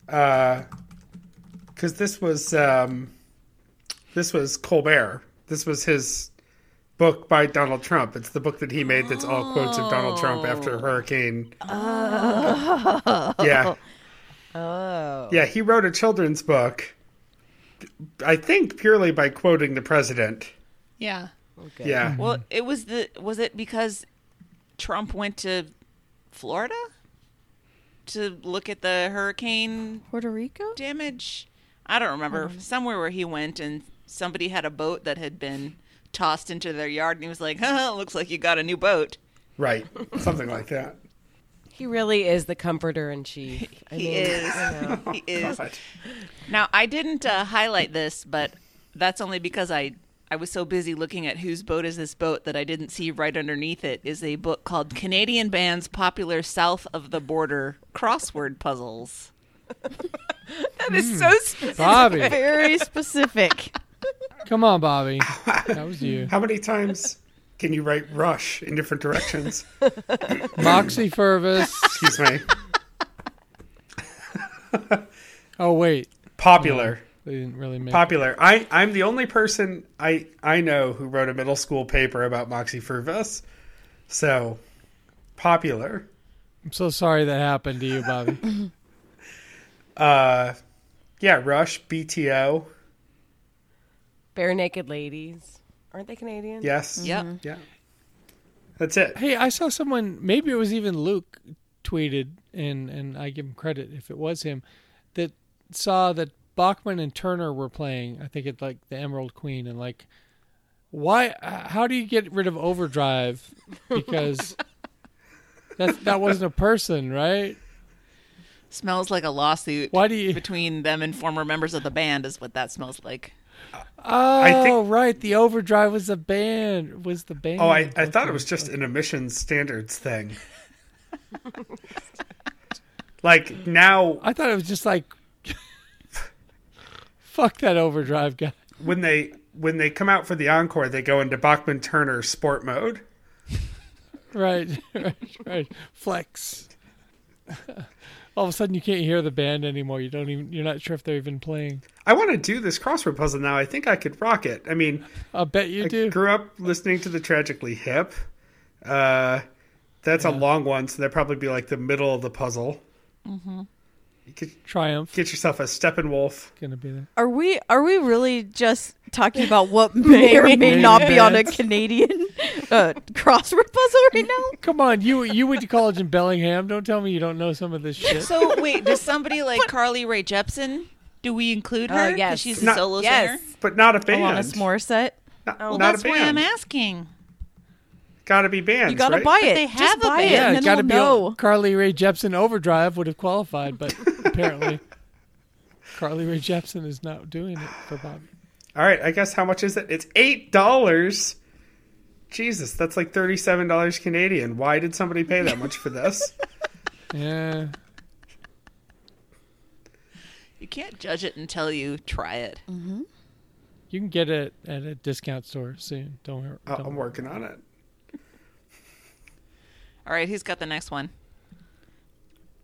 [SPEAKER 5] uh, because this was um, this was Colbert. This was his book by Donald Trump. It's the book that he made that's all quotes of Donald Trump after Hurricane. Yeah. Oh. Yeah, he wrote a children's book, I think purely by quoting the president.
[SPEAKER 3] Yeah.
[SPEAKER 5] Yeah.
[SPEAKER 3] Well,
[SPEAKER 4] Mm.
[SPEAKER 3] it was the was it because Trump went to Florida to look at the hurricane
[SPEAKER 1] Puerto Rico?
[SPEAKER 3] damage. I don't remember
[SPEAKER 4] Mm-hmm.
[SPEAKER 3] somewhere where he went and somebody had a boat that had been tossed into their yard and he was like, "Huh, looks like you got a new boat."
[SPEAKER 5] Right. Something like that.
[SPEAKER 4] He really is the comforter in chief. I
[SPEAKER 3] He
[SPEAKER 4] mean,
[SPEAKER 3] is. He is.
[SPEAKER 5] God.
[SPEAKER 3] Now, I didn't uh, highlight this, but that's only because I I was so busy looking at whose boat is this boat that I didn't see right underneath it is a book called Canadian Bands Popular South of the Border Crossword Puzzles.
[SPEAKER 4] That is so specific.
[SPEAKER 2] Bobby,
[SPEAKER 1] Very specific.
[SPEAKER 2] come on, Bobby. That was you.
[SPEAKER 5] How many times can you write rush in different directions?
[SPEAKER 2] Moxie Fervus.
[SPEAKER 5] Excuse me.
[SPEAKER 2] Oh wait,
[SPEAKER 5] Popular.
[SPEAKER 2] they didn't really make.
[SPEAKER 5] Popular. I, I'm the only person I, I know who wrote a middle school paper about Moxie Fervus. So, popular.
[SPEAKER 2] I'm so sorry that happened to you, Bobby.
[SPEAKER 5] Uh, Yeah, Rush, BTO.
[SPEAKER 4] Bare naked ladies. Aren't they Canadian?
[SPEAKER 5] Yes.
[SPEAKER 3] Yep.
[SPEAKER 5] Yeah. That's it.
[SPEAKER 2] Hey, I saw someone. Maybe it was even Luke tweeted, and and I give him credit if it was him that saw that Bachman and Turner were playing. I think at like the Emerald Queen, and like, why? h- How do you get rid of Overdrive? Because that that wasn't a person, right?
[SPEAKER 3] Smells like a lawsuit
[SPEAKER 2] Why do you?
[SPEAKER 3] between them and former members of the band is what that smells like.
[SPEAKER 2] Oh,
[SPEAKER 5] think-
[SPEAKER 2] right. The Overdrive was the band. Was the band?
[SPEAKER 5] Oh, I, I thought it was just an emissions standards thing. like now
[SPEAKER 2] I thought it was just like, fuck that Overdrive guy.
[SPEAKER 5] when they when they come out for the encore, they go into Bachman Turner sport mode.
[SPEAKER 2] right, right, right. Flex. All of a sudden, you can't hear the band anymore. You don't even. You're not sure if they're even playing.
[SPEAKER 5] I want to do this crossword puzzle now. I think I could rock it. I mean,
[SPEAKER 2] I bet you
[SPEAKER 5] I
[SPEAKER 2] do.
[SPEAKER 5] grew up listening to the Tragically Hip. Uh, that's a long one, so that'd probably be like the middle of the puzzle. You could
[SPEAKER 2] Triumph
[SPEAKER 5] get yourself a Steppenwolf.
[SPEAKER 2] gonna be there.
[SPEAKER 1] Are we are we really just talking about what may or may not be on a
[SPEAKER 2] Maybe.
[SPEAKER 1] Canadian uh, crossword puzzle right now?
[SPEAKER 2] Come on, you you went to college in Bellingham. Don't tell me you don't know some of this shit.
[SPEAKER 3] So wait, does somebody like Carly Rae Jepsen? Do we include her? 'Cause
[SPEAKER 4] yes.
[SPEAKER 3] she's a
[SPEAKER 5] Not-
[SPEAKER 3] solo
[SPEAKER 4] Yes.
[SPEAKER 3] singer.
[SPEAKER 5] But not a band.
[SPEAKER 1] Alanis Morissette.
[SPEAKER 5] Not,
[SPEAKER 3] Well,
[SPEAKER 5] not
[SPEAKER 3] Oh, that's
[SPEAKER 5] a
[SPEAKER 3] why I'm
[SPEAKER 5] band.
[SPEAKER 3] asking.
[SPEAKER 5] Gotta be bands.
[SPEAKER 1] You gotta
[SPEAKER 5] right?
[SPEAKER 1] buy it.
[SPEAKER 3] they
[SPEAKER 1] just
[SPEAKER 3] have a
[SPEAKER 1] buy it,
[SPEAKER 3] band.
[SPEAKER 2] yeah,
[SPEAKER 1] and
[SPEAKER 2] it's
[SPEAKER 1] then
[SPEAKER 2] gotta
[SPEAKER 1] we'll
[SPEAKER 2] be
[SPEAKER 1] know.
[SPEAKER 2] Carly Ray Jepsen. Overdrive would have qualified, but apparently Carly Ray Jepsen is not doing it for Bobby.
[SPEAKER 5] All right, I guess how much is it? It's eight dollars. Jesus, that's like thirty-seven dollars Canadian. Why did somebody pay that much for this?
[SPEAKER 2] Yeah,
[SPEAKER 3] You can't judge it until you try it.
[SPEAKER 2] you can get it at a discount store soon. Don't worry.
[SPEAKER 5] Uh,
[SPEAKER 2] don't
[SPEAKER 5] I'm working on it.
[SPEAKER 3] All right, who's got the next one?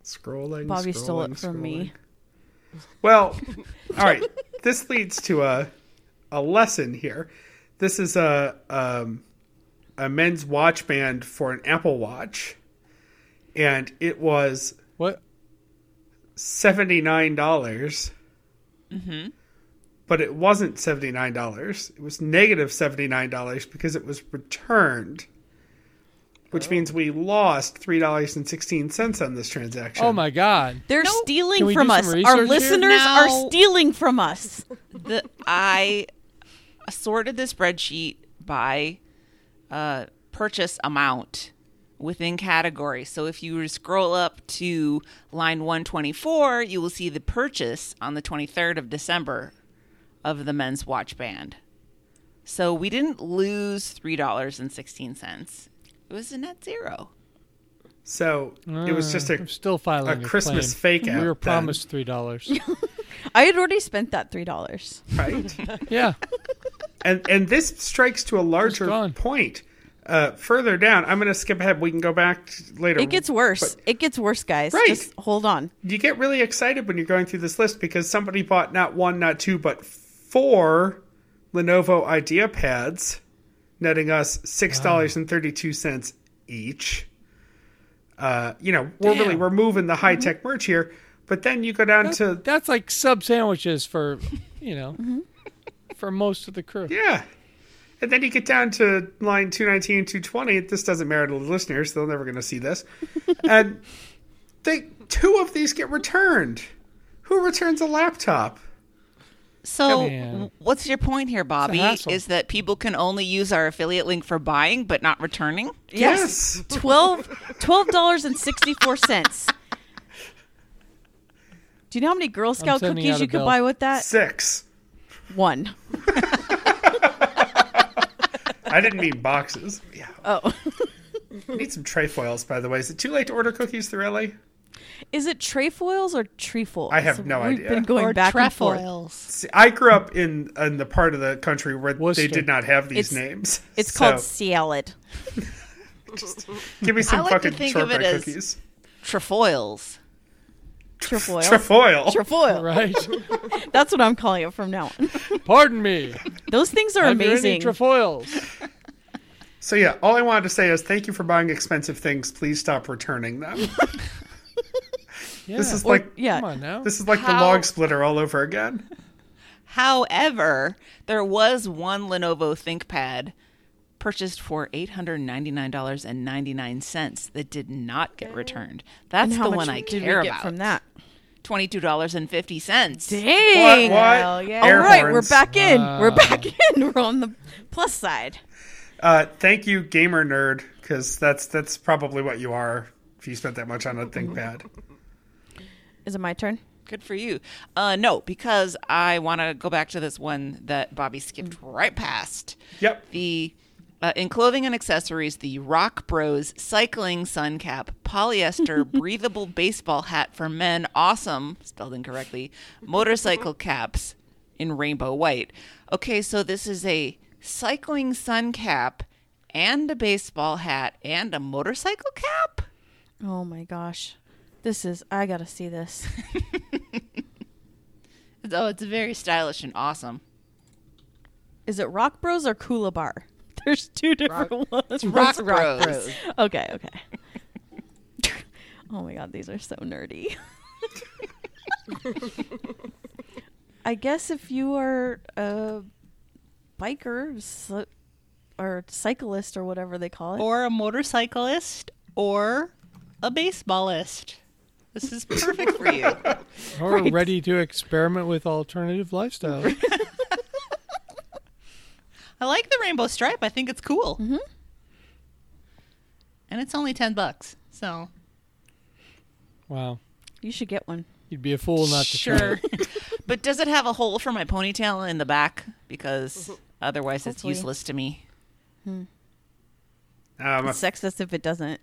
[SPEAKER 5] Scrolling.
[SPEAKER 1] Bobby stole it
[SPEAKER 5] scrolling,
[SPEAKER 1] from me.
[SPEAKER 5] scrolling. Well, all right. This leads to a a lesson here. This is a um, a men's watch band for an Apple Watch, and it was
[SPEAKER 2] What?
[SPEAKER 5] seventy nine dollars.
[SPEAKER 2] Mm-hmm.
[SPEAKER 5] But it wasn't seventy nine dollars. It was negative seventy nine dollars because it was returned,
[SPEAKER 2] Oh.
[SPEAKER 5] which means we lost three dollars and sixteen cents on this transaction.
[SPEAKER 2] Oh my God!
[SPEAKER 1] They're
[SPEAKER 2] Can
[SPEAKER 1] stealing
[SPEAKER 2] we
[SPEAKER 1] from
[SPEAKER 2] do some
[SPEAKER 1] us.
[SPEAKER 2] research
[SPEAKER 1] Our
[SPEAKER 2] here?
[SPEAKER 1] listeners
[SPEAKER 3] No.
[SPEAKER 1] are stealing from us.
[SPEAKER 3] The, I sorted the spreadsheet by uh, purchase amount within category. So if you were to scroll up to line 124, you will see the purchase on the 23rd of December of the men's watch band. So we didn't lose $3.16. It was a net zero.
[SPEAKER 5] So it was just
[SPEAKER 2] Ah, I'm
[SPEAKER 5] a
[SPEAKER 2] still filing
[SPEAKER 5] a Christmas
[SPEAKER 2] claim.
[SPEAKER 5] fake out.
[SPEAKER 2] We were
[SPEAKER 5] then,
[SPEAKER 2] promised three dollars.
[SPEAKER 1] I had already spent that three dollars.
[SPEAKER 5] right?
[SPEAKER 2] yeah,
[SPEAKER 5] and and this strikes to a larger
[SPEAKER 2] gone.
[SPEAKER 5] point. Uh, further down, I'm going to skip ahead. We can go back t- later.
[SPEAKER 1] It gets worse. it gets worse, guys.
[SPEAKER 5] Right.
[SPEAKER 1] Just hold on.
[SPEAKER 5] you get really excited when you're going through this list because somebody bought not one, not two, but four Lenovo IdeaPads netting us six dollars and thirty two cents each. Uh, you know, we're really we're moving the
[SPEAKER 1] Mm-hmm.
[SPEAKER 5] high tech merch here, but then you go down to
[SPEAKER 2] That's like sub sandwiches for, you know,
[SPEAKER 1] Mm-hmm.
[SPEAKER 2] for most of the crew.
[SPEAKER 5] yeah, and then you get down to line two nineteen and two twenty. This doesn't matter to the listeners; they're never going to see this. and they two of these get returned. Who returns a laptop?
[SPEAKER 3] So,
[SPEAKER 2] Yeah.
[SPEAKER 3] w- what's your point here, Bobby?
[SPEAKER 2] hassle.
[SPEAKER 3] Is that people can only use our affiliate link for buying but not returning?
[SPEAKER 5] Yes.
[SPEAKER 1] Twelve twelve dollars and sixty four cents. Do you know how many Girl Scout
[SPEAKER 2] sending out
[SPEAKER 1] cookies
[SPEAKER 2] a
[SPEAKER 1] you could
[SPEAKER 2] bill.
[SPEAKER 1] buy with that?
[SPEAKER 5] six.
[SPEAKER 1] One.
[SPEAKER 5] I didn't mean boxes. Yeah.
[SPEAKER 1] Oh.
[SPEAKER 5] Need some trefoils, by the way. Is it too late to order cookies through LA?
[SPEAKER 1] Is it trefoils or trefoils?
[SPEAKER 5] I have no
[SPEAKER 1] We've
[SPEAKER 5] idea.
[SPEAKER 1] been going back and forth.
[SPEAKER 5] See, I grew up in in the part of the country where
[SPEAKER 2] Worcester.
[SPEAKER 5] they did not have these
[SPEAKER 1] It's-
[SPEAKER 5] names.
[SPEAKER 1] It's
[SPEAKER 5] So,
[SPEAKER 1] called salad.
[SPEAKER 5] give me
[SPEAKER 3] I
[SPEAKER 5] some
[SPEAKER 3] like to
[SPEAKER 5] fucking
[SPEAKER 3] think of it
[SPEAKER 5] shortbread
[SPEAKER 3] as-
[SPEAKER 5] cookies.
[SPEAKER 3] Trefoils.
[SPEAKER 1] Trefoil.
[SPEAKER 5] Trefoil.
[SPEAKER 1] Trefoil.
[SPEAKER 2] Right?
[SPEAKER 1] That's what I'm calling it from now on.
[SPEAKER 2] Pardon me.
[SPEAKER 1] Those things are
[SPEAKER 2] Have you any
[SPEAKER 1] amazing.
[SPEAKER 2] trefoils?
[SPEAKER 5] so yeah, all I wanted to say is thank you for buying expensive things. Please stop returning them.
[SPEAKER 2] Yeah.
[SPEAKER 5] This is
[SPEAKER 1] Or-
[SPEAKER 5] like
[SPEAKER 1] yeah.
[SPEAKER 2] Come on now.
[SPEAKER 5] this is like the
[SPEAKER 3] How-
[SPEAKER 5] log splitter all over again.
[SPEAKER 3] However, there was one Lenovo ThinkPad purchased for $899.99 that did not get returned. That's
[SPEAKER 1] And how
[SPEAKER 3] the
[SPEAKER 1] much
[SPEAKER 3] one I
[SPEAKER 1] did
[SPEAKER 3] care
[SPEAKER 1] we get
[SPEAKER 3] about.
[SPEAKER 1] from that?
[SPEAKER 3] $22.50.
[SPEAKER 1] Dang.
[SPEAKER 5] What? What?
[SPEAKER 4] Hell yeah.
[SPEAKER 1] All
[SPEAKER 5] Air
[SPEAKER 1] right,
[SPEAKER 5] horns.
[SPEAKER 1] we're back in.
[SPEAKER 3] Uh,
[SPEAKER 1] We're back in. We're on the plus side.
[SPEAKER 5] Uh, thank you, gamer nerd, because that's that's probably what you are if you spent that much on a ThinkPad.
[SPEAKER 1] Is it my turn?
[SPEAKER 3] Good for you. Uh, no, because I want to go back to this one that Bobby skipped
[SPEAKER 1] Mm.
[SPEAKER 3] right past.
[SPEAKER 5] Yep.
[SPEAKER 3] The uh, in clothing and accessories, the Rock Bros cycling sun cap, polyester breathable baseball hat for men, awesome spelled incorrectly, motorcycle caps in rainbow white. Okay, so this is a cycling sun cap and a baseball hat and a motorcycle cap.
[SPEAKER 1] Oh my gosh. This is I gotta see this.
[SPEAKER 3] Oh, it's very stylish and awesome.
[SPEAKER 1] Is it Rock Bros or Kula Bar? There's two different ones.
[SPEAKER 3] Rock,
[SPEAKER 4] Rock
[SPEAKER 3] Bros.
[SPEAKER 4] Bros.
[SPEAKER 1] Okay, okay. oh my god, these are so nerdy. I guess if you are a biker so- or cyclist or whatever they call it,
[SPEAKER 6] Or a motorcyclist or a baseballist. This is perfect for you.
[SPEAKER 2] Or ready to experiment with alternative lifestyles.
[SPEAKER 6] I like the rainbow stripe. I think it's cool.
[SPEAKER 3] Mm-hmm.
[SPEAKER 6] And it's only 10 bucks. So,
[SPEAKER 2] Wow.
[SPEAKER 1] you should get one.
[SPEAKER 2] You'd be a fool not to try.
[SPEAKER 6] sure.
[SPEAKER 2] it.
[SPEAKER 3] But does it have a hole for my ponytail in the back?
[SPEAKER 6] Mm-hmm.
[SPEAKER 3] Because otherwise, it's
[SPEAKER 1] Hopefully.
[SPEAKER 3] useless to me.
[SPEAKER 5] Um,
[SPEAKER 1] It's sexist if it doesn't.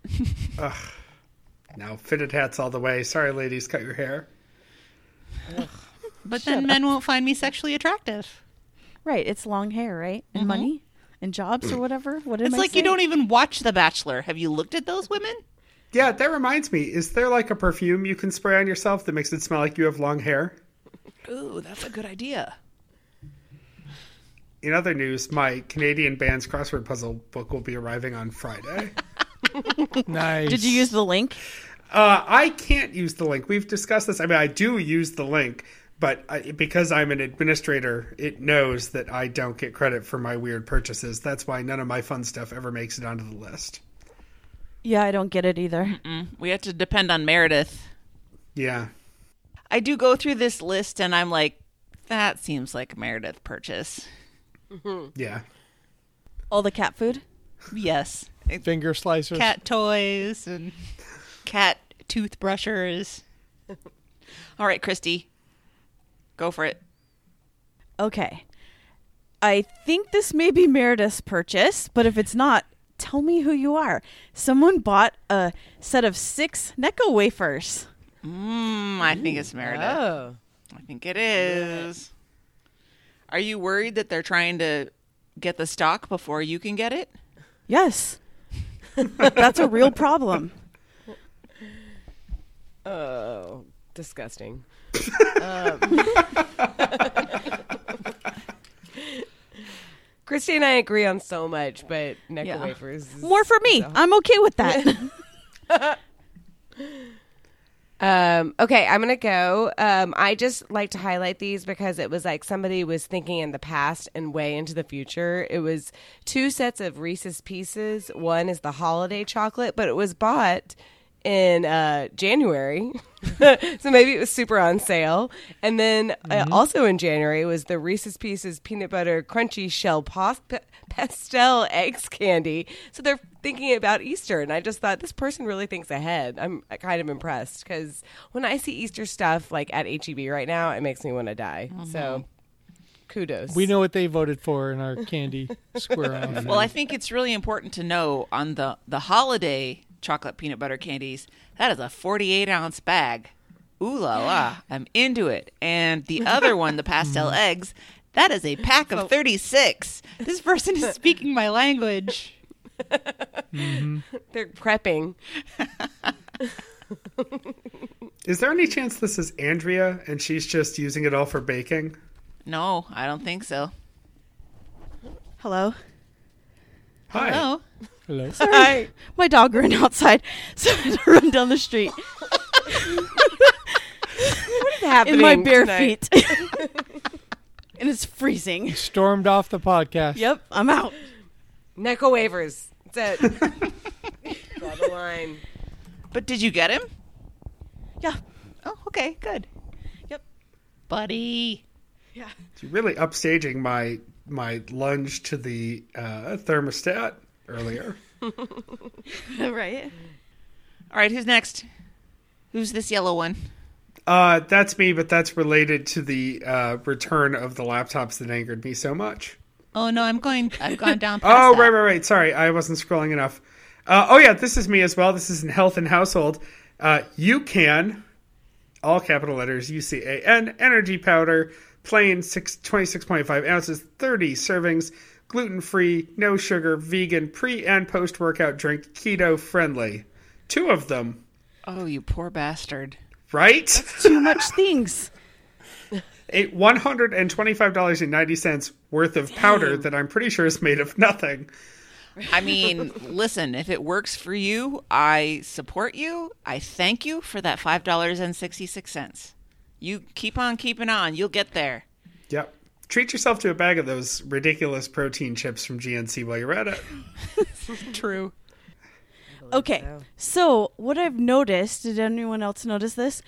[SPEAKER 5] now fitted hats all the way. Sorry, ladies, cut your hair.
[SPEAKER 6] But then men won't find me sexually attractive.
[SPEAKER 1] Right, it's long hair, right? And money and jobs or whatever. What did
[SPEAKER 6] It's
[SPEAKER 1] I
[SPEAKER 6] like you
[SPEAKER 1] say?
[SPEAKER 6] don't even watch The Bachelor. Have you looked at those women?
[SPEAKER 5] Yeah, that reminds me. Is there like a perfume you can spray on yourself that makes it smell like you have long hair?
[SPEAKER 3] Ooh, that's a good idea.
[SPEAKER 5] In other news, my Canadian band's crossword puzzle book will be arriving on Friday.
[SPEAKER 2] Nice.
[SPEAKER 1] Did you use the link?
[SPEAKER 5] uh, I can't use the link. We've discussed this. I mean, I do use the link, but I, because I'm an administrator, it knows that I don't get credit for my weird purchases. That's why none of my fun stuff ever makes it onto the list.
[SPEAKER 1] Yeah, I don't get it either.
[SPEAKER 3] We have to depend on Meredith.
[SPEAKER 5] Yeah.
[SPEAKER 3] I do go through this list and I'm like, that seems like a Meredith purchase.
[SPEAKER 5] Yeah.
[SPEAKER 1] All the cat food?
[SPEAKER 6] Yes.
[SPEAKER 2] finger slicers?
[SPEAKER 6] Cat toys and cat toothbrushers.
[SPEAKER 3] All right, Christy, go for it.
[SPEAKER 1] Okay. I think this may be Meredith's purchase, but if it's not, tell me who you are. Someone bought a set of six Necco wafers.
[SPEAKER 3] Mm, I think it's Meredith.
[SPEAKER 4] Oh.
[SPEAKER 3] I think it is. Are you worried that they're trying to get the stock before you can get it?
[SPEAKER 1] Yes. That's a real problem.
[SPEAKER 4] Oh, disgusting. Um, Christy and I agree on so much, but Necco wafers. is-
[SPEAKER 1] More for me. I'm okay with that.
[SPEAKER 4] Um, okay, I'm gonna go. Um, I just like to highlight these because it was like somebody was thinking in the past and way into the future. It was two sets of Reese's Pieces. One is the holiday chocolate, but it was bought in uh, January, so maybe it was super on sale. And then
[SPEAKER 2] Mm-hmm.
[SPEAKER 4] uh, also in January was the Reese's Pieces peanut butter crunchy shell pos- p- pastel eggs candy. So they're thinking about Easter, and I just thought this person really thinks ahead. I'm kind of impressed because when I see Easter stuff like at HEB right now, it makes me want to die. So kudos.
[SPEAKER 2] Mm-hmm. We know what they voted for in our candy square off.
[SPEAKER 3] Well, I think it's really important to know on the the holiday chocolate peanut butter candies. That is a forty-eight ounce bag. Ooh la la! I'm into it. And the other one, the pastel eggs, that is a pack of thirty-six.
[SPEAKER 6] This person is speaking my language.
[SPEAKER 4] they're prepping.
[SPEAKER 5] Is there any chance this is Andrea and she's just using it all for baking?
[SPEAKER 3] No, I don't think so.
[SPEAKER 1] Hello.
[SPEAKER 5] Hi.
[SPEAKER 6] Oh,
[SPEAKER 2] Hello.
[SPEAKER 4] Hi.
[SPEAKER 1] My dog ran outside, so I had to run down the street in my bare feet. and it's freezing.
[SPEAKER 2] Stormed off the podcast.
[SPEAKER 1] Yep, I'm out.
[SPEAKER 4] Necco waivers. That's it. Draw the line.
[SPEAKER 3] But did you get him?
[SPEAKER 1] Yeah.
[SPEAKER 3] Oh, okay, good.
[SPEAKER 6] buddy.
[SPEAKER 5] You're really upstaging my my lunge to the uh, thermostat earlier.
[SPEAKER 1] right.
[SPEAKER 3] All right, who's next? Who's this yellow one?
[SPEAKER 5] Uh, that's me, but that's related to the uh, return of the laptops that angered me so much.
[SPEAKER 6] Oh no, I'm going. I've gone down. Past
[SPEAKER 5] Oh,
[SPEAKER 6] that.
[SPEAKER 5] right, right, right. Sorry, I wasn't scrolling enough. Uh, oh, yeah, this is me as well. This is in Health and Household. Uh, you can, all capital letters, U C A N, energy powder, plain six, 26.5 ounces, 30 servings, gluten free, no sugar, vegan, pre and post workout drink, keto friendly. Two of them,
[SPEAKER 3] Oh, you poor bastard.
[SPEAKER 5] right?
[SPEAKER 1] Too much things.
[SPEAKER 5] A $125.90 worth of powder that I'm pretty sure is made of nothing.
[SPEAKER 3] I mean, listen, if it works for you, I support you. I thank you for that $5.66. You keep on keeping on. You'll get there.
[SPEAKER 5] Yep. Treat yourself to a bag of those ridiculous protein chips from GNC while you're at it.
[SPEAKER 6] True.
[SPEAKER 1] Okay. So, what I've noticed, did anyone else notice this?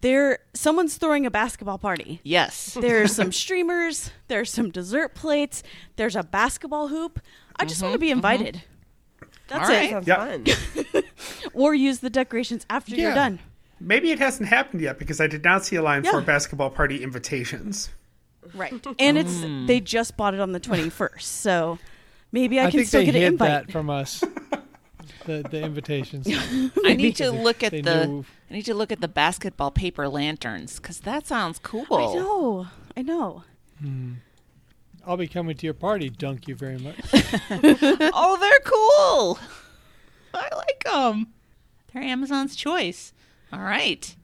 [SPEAKER 1] There someone's throwing a basketball party.
[SPEAKER 3] Yes.
[SPEAKER 1] There's some streamers, there's some dessert plates, there's a basketball hoop. I just want to be invited. That's
[SPEAKER 3] All
[SPEAKER 1] it.
[SPEAKER 3] right.
[SPEAKER 4] Sounds
[SPEAKER 5] Yep.
[SPEAKER 4] fun.
[SPEAKER 1] Or use the decorations after you're
[SPEAKER 2] Yeah.
[SPEAKER 1] done.
[SPEAKER 5] Maybe it hasn't happened yet because I did not see a line
[SPEAKER 1] Yeah.
[SPEAKER 5] for basketball party invitations.
[SPEAKER 1] Right. And it's
[SPEAKER 2] Mm.
[SPEAKER 1] they just bought it on the 21st. So, maybe I,
[SPEAKER 2] I,
[SPEAKER 1] can
[SPEAKER 2] think
[SPEAKER 1] still
[SPEAKER 2] they
[SPEAKER 1] get an
[SPEAKER 2] hid
[SPEAKER 1] invite.
[SPEAKER 2] that from us. the the invitations.
[SPEAKER 3] I need to look at
[SPEAKER 2] They
[SPEAKER 3] the
[SPEAKER 2] knew.
[SPEAKER 3] I need to look at the basketball paper lanterns cuz that sounds cool.
[SPEAKER 1] I know. I know.
[SPEAKER 2] I'll be coming to your party. Dunk you very much.
[SPEAKER 3] Oh, they're cool.
[SPEAKER 6] I like them. They're Amazon's choice.
[SPEAKER 3] All right.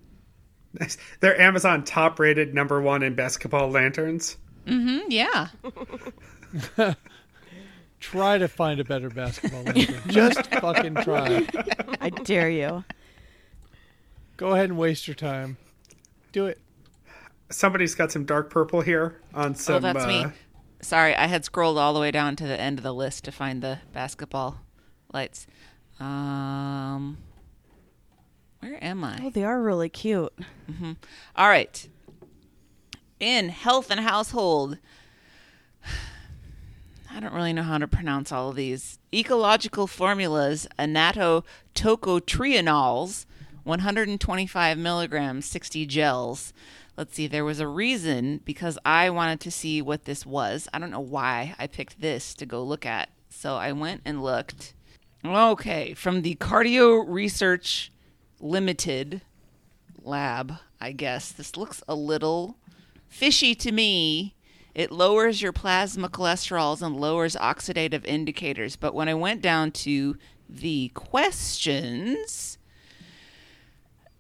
[SPEAKER 5] Nice. They're Amazon top rated number one in basketball lanterns.
[SPEAKER 6] Mm, Yeah.
[SPEAKER 2] Try to find a better basketball. Lantern. Just fucking try.
[SPEAKER 1] I dare you.
[SPEAKER 2] Go ahead and waste your time. Do it.
[SPEAKER 5] Somebody's got some dark purple here on some.
[SPEAKER 3] oh, that's
[SPEAKER 5] uh,
[SPEAKER 3] me. Sorry, I had scrolled all the way down to the end of the list to find the basketball lights. Um Where am I?
[SPEAKER 1] Oh, they are really cute.
[SPEAKER 3] All right. In health and household, I don't really know how to pronounce all of these. Ecological formulas, Anato tocotrienols, 125 milligrams, 60 gels. Let's see, there was a reason because I wanted to see what this was. I don't know why I picked this to go look at. So I went and looked. Okay, from the Cardio Research Limited lab, I guess. This looks a little fishy to me. It lowers your plasma cholesterols and lowers oxidative indicators. But when I went down to the questions,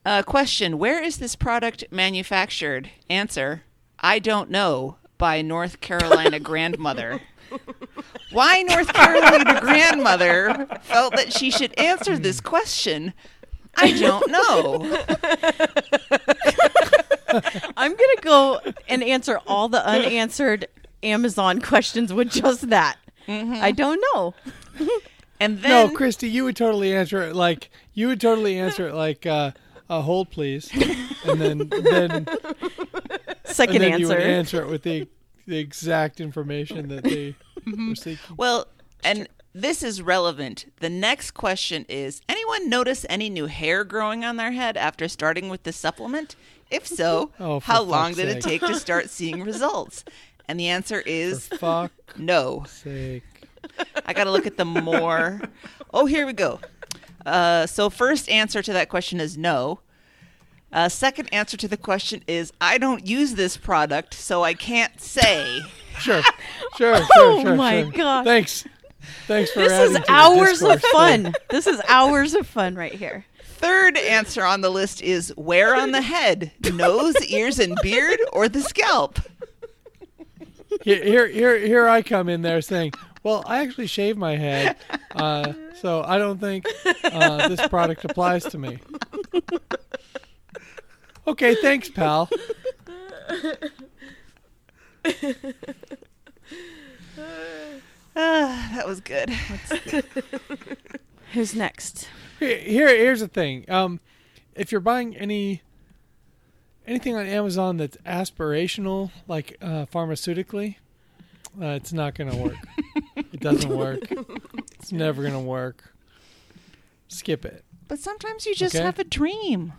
[SPEAKER 3] uh, question Where is this product manufactured? Answer I don't know by North Carolina grandmother. Why North Carolina grandmother felt that she should answer this question, I don't know.
[SPEAKER 1] I'm gonna go and answer all the unanswered Amazon questions with just that.
[SPEAKER 2] Mm-hmm.
[SPEAKER 1] I don't know.
[SPEAKER 3] And
[SPEAKER 2] No,
[SPEAKER 3] then
[SPEAKER 2] Christy, you would totally answer it like you would totally answer it like uh, uh, hold please, and then then, and
[SPEAKER 1] Second
[SPEAKER 2] then you
[SPEAKER 1] answer.
[SPEAKER 2] would answer it with the the exact information that they
[SPEAKER 1] Mm-hmm.
[SPEAKER 2] were seeking.
[SPEAKER 3] Well, and this is relevant. The next question is Anyone notice any new hair growing on their head after starting with the supplement? If so,
[SPEAKER 2] Oh, for
[SPEAKER 3] how long
[SPEAKER 2] fuck's
[SPEAKER 3] did it
[SPEAKER 2] sake.
[SPEAKER 3] take to start seeing results? And the answer is
[SPEAKER 2] Fuck
[SPEAKER 3] no.
[SPEAKER 2] sake.
[SPEAKER 3] I got to look at the more. Oh, here we go. Uh, so, first answer to that question is no. Uh, second answer to the question is I don't use this product, so I can't say.
[SPEAKER 2] Sure, sure, sure,
[SPEAKER 1] Oh
[SPEAKER 2] sure,
[SPEAKER 1] my
[SPEAKER 2] sure.
[SPEAKER 1] gosh.
[SPEAKER 2] Thanks, thanks for
[SPEAKER 1] this is
[SPEAKER 2] adding to the
[SPEAKER 1] hours of
[SPEAKER 2] discourse there.
[SPEAKER 1] fun. this is hours of fun right here.
[SPEAKER 3] Third answer on the list is where on the head? Nose, ears, and beard, or the scalp?
[SPEAKER 2] Here, here, here, here I come in there saying, "Well, I actually shave my head, uh, so I don't think uh, this product applies to me." Okay, thanks, pal.
[SPEAKER 3] Ah, that was good.
[SPEAKER 1] Who's next?
[SPEAKER 2] Here, here- here's the thing. Um, if you're buying any anything on Amazon that's aspirational, like uh, pharmaceutically, uh, it's not going to work. it doesn't work. It's never going to work. Skip it.
[SPEAKER 3] But sometimes you just
[SPEAKER 2] Okay.
[SPEAKER 3] have a dream.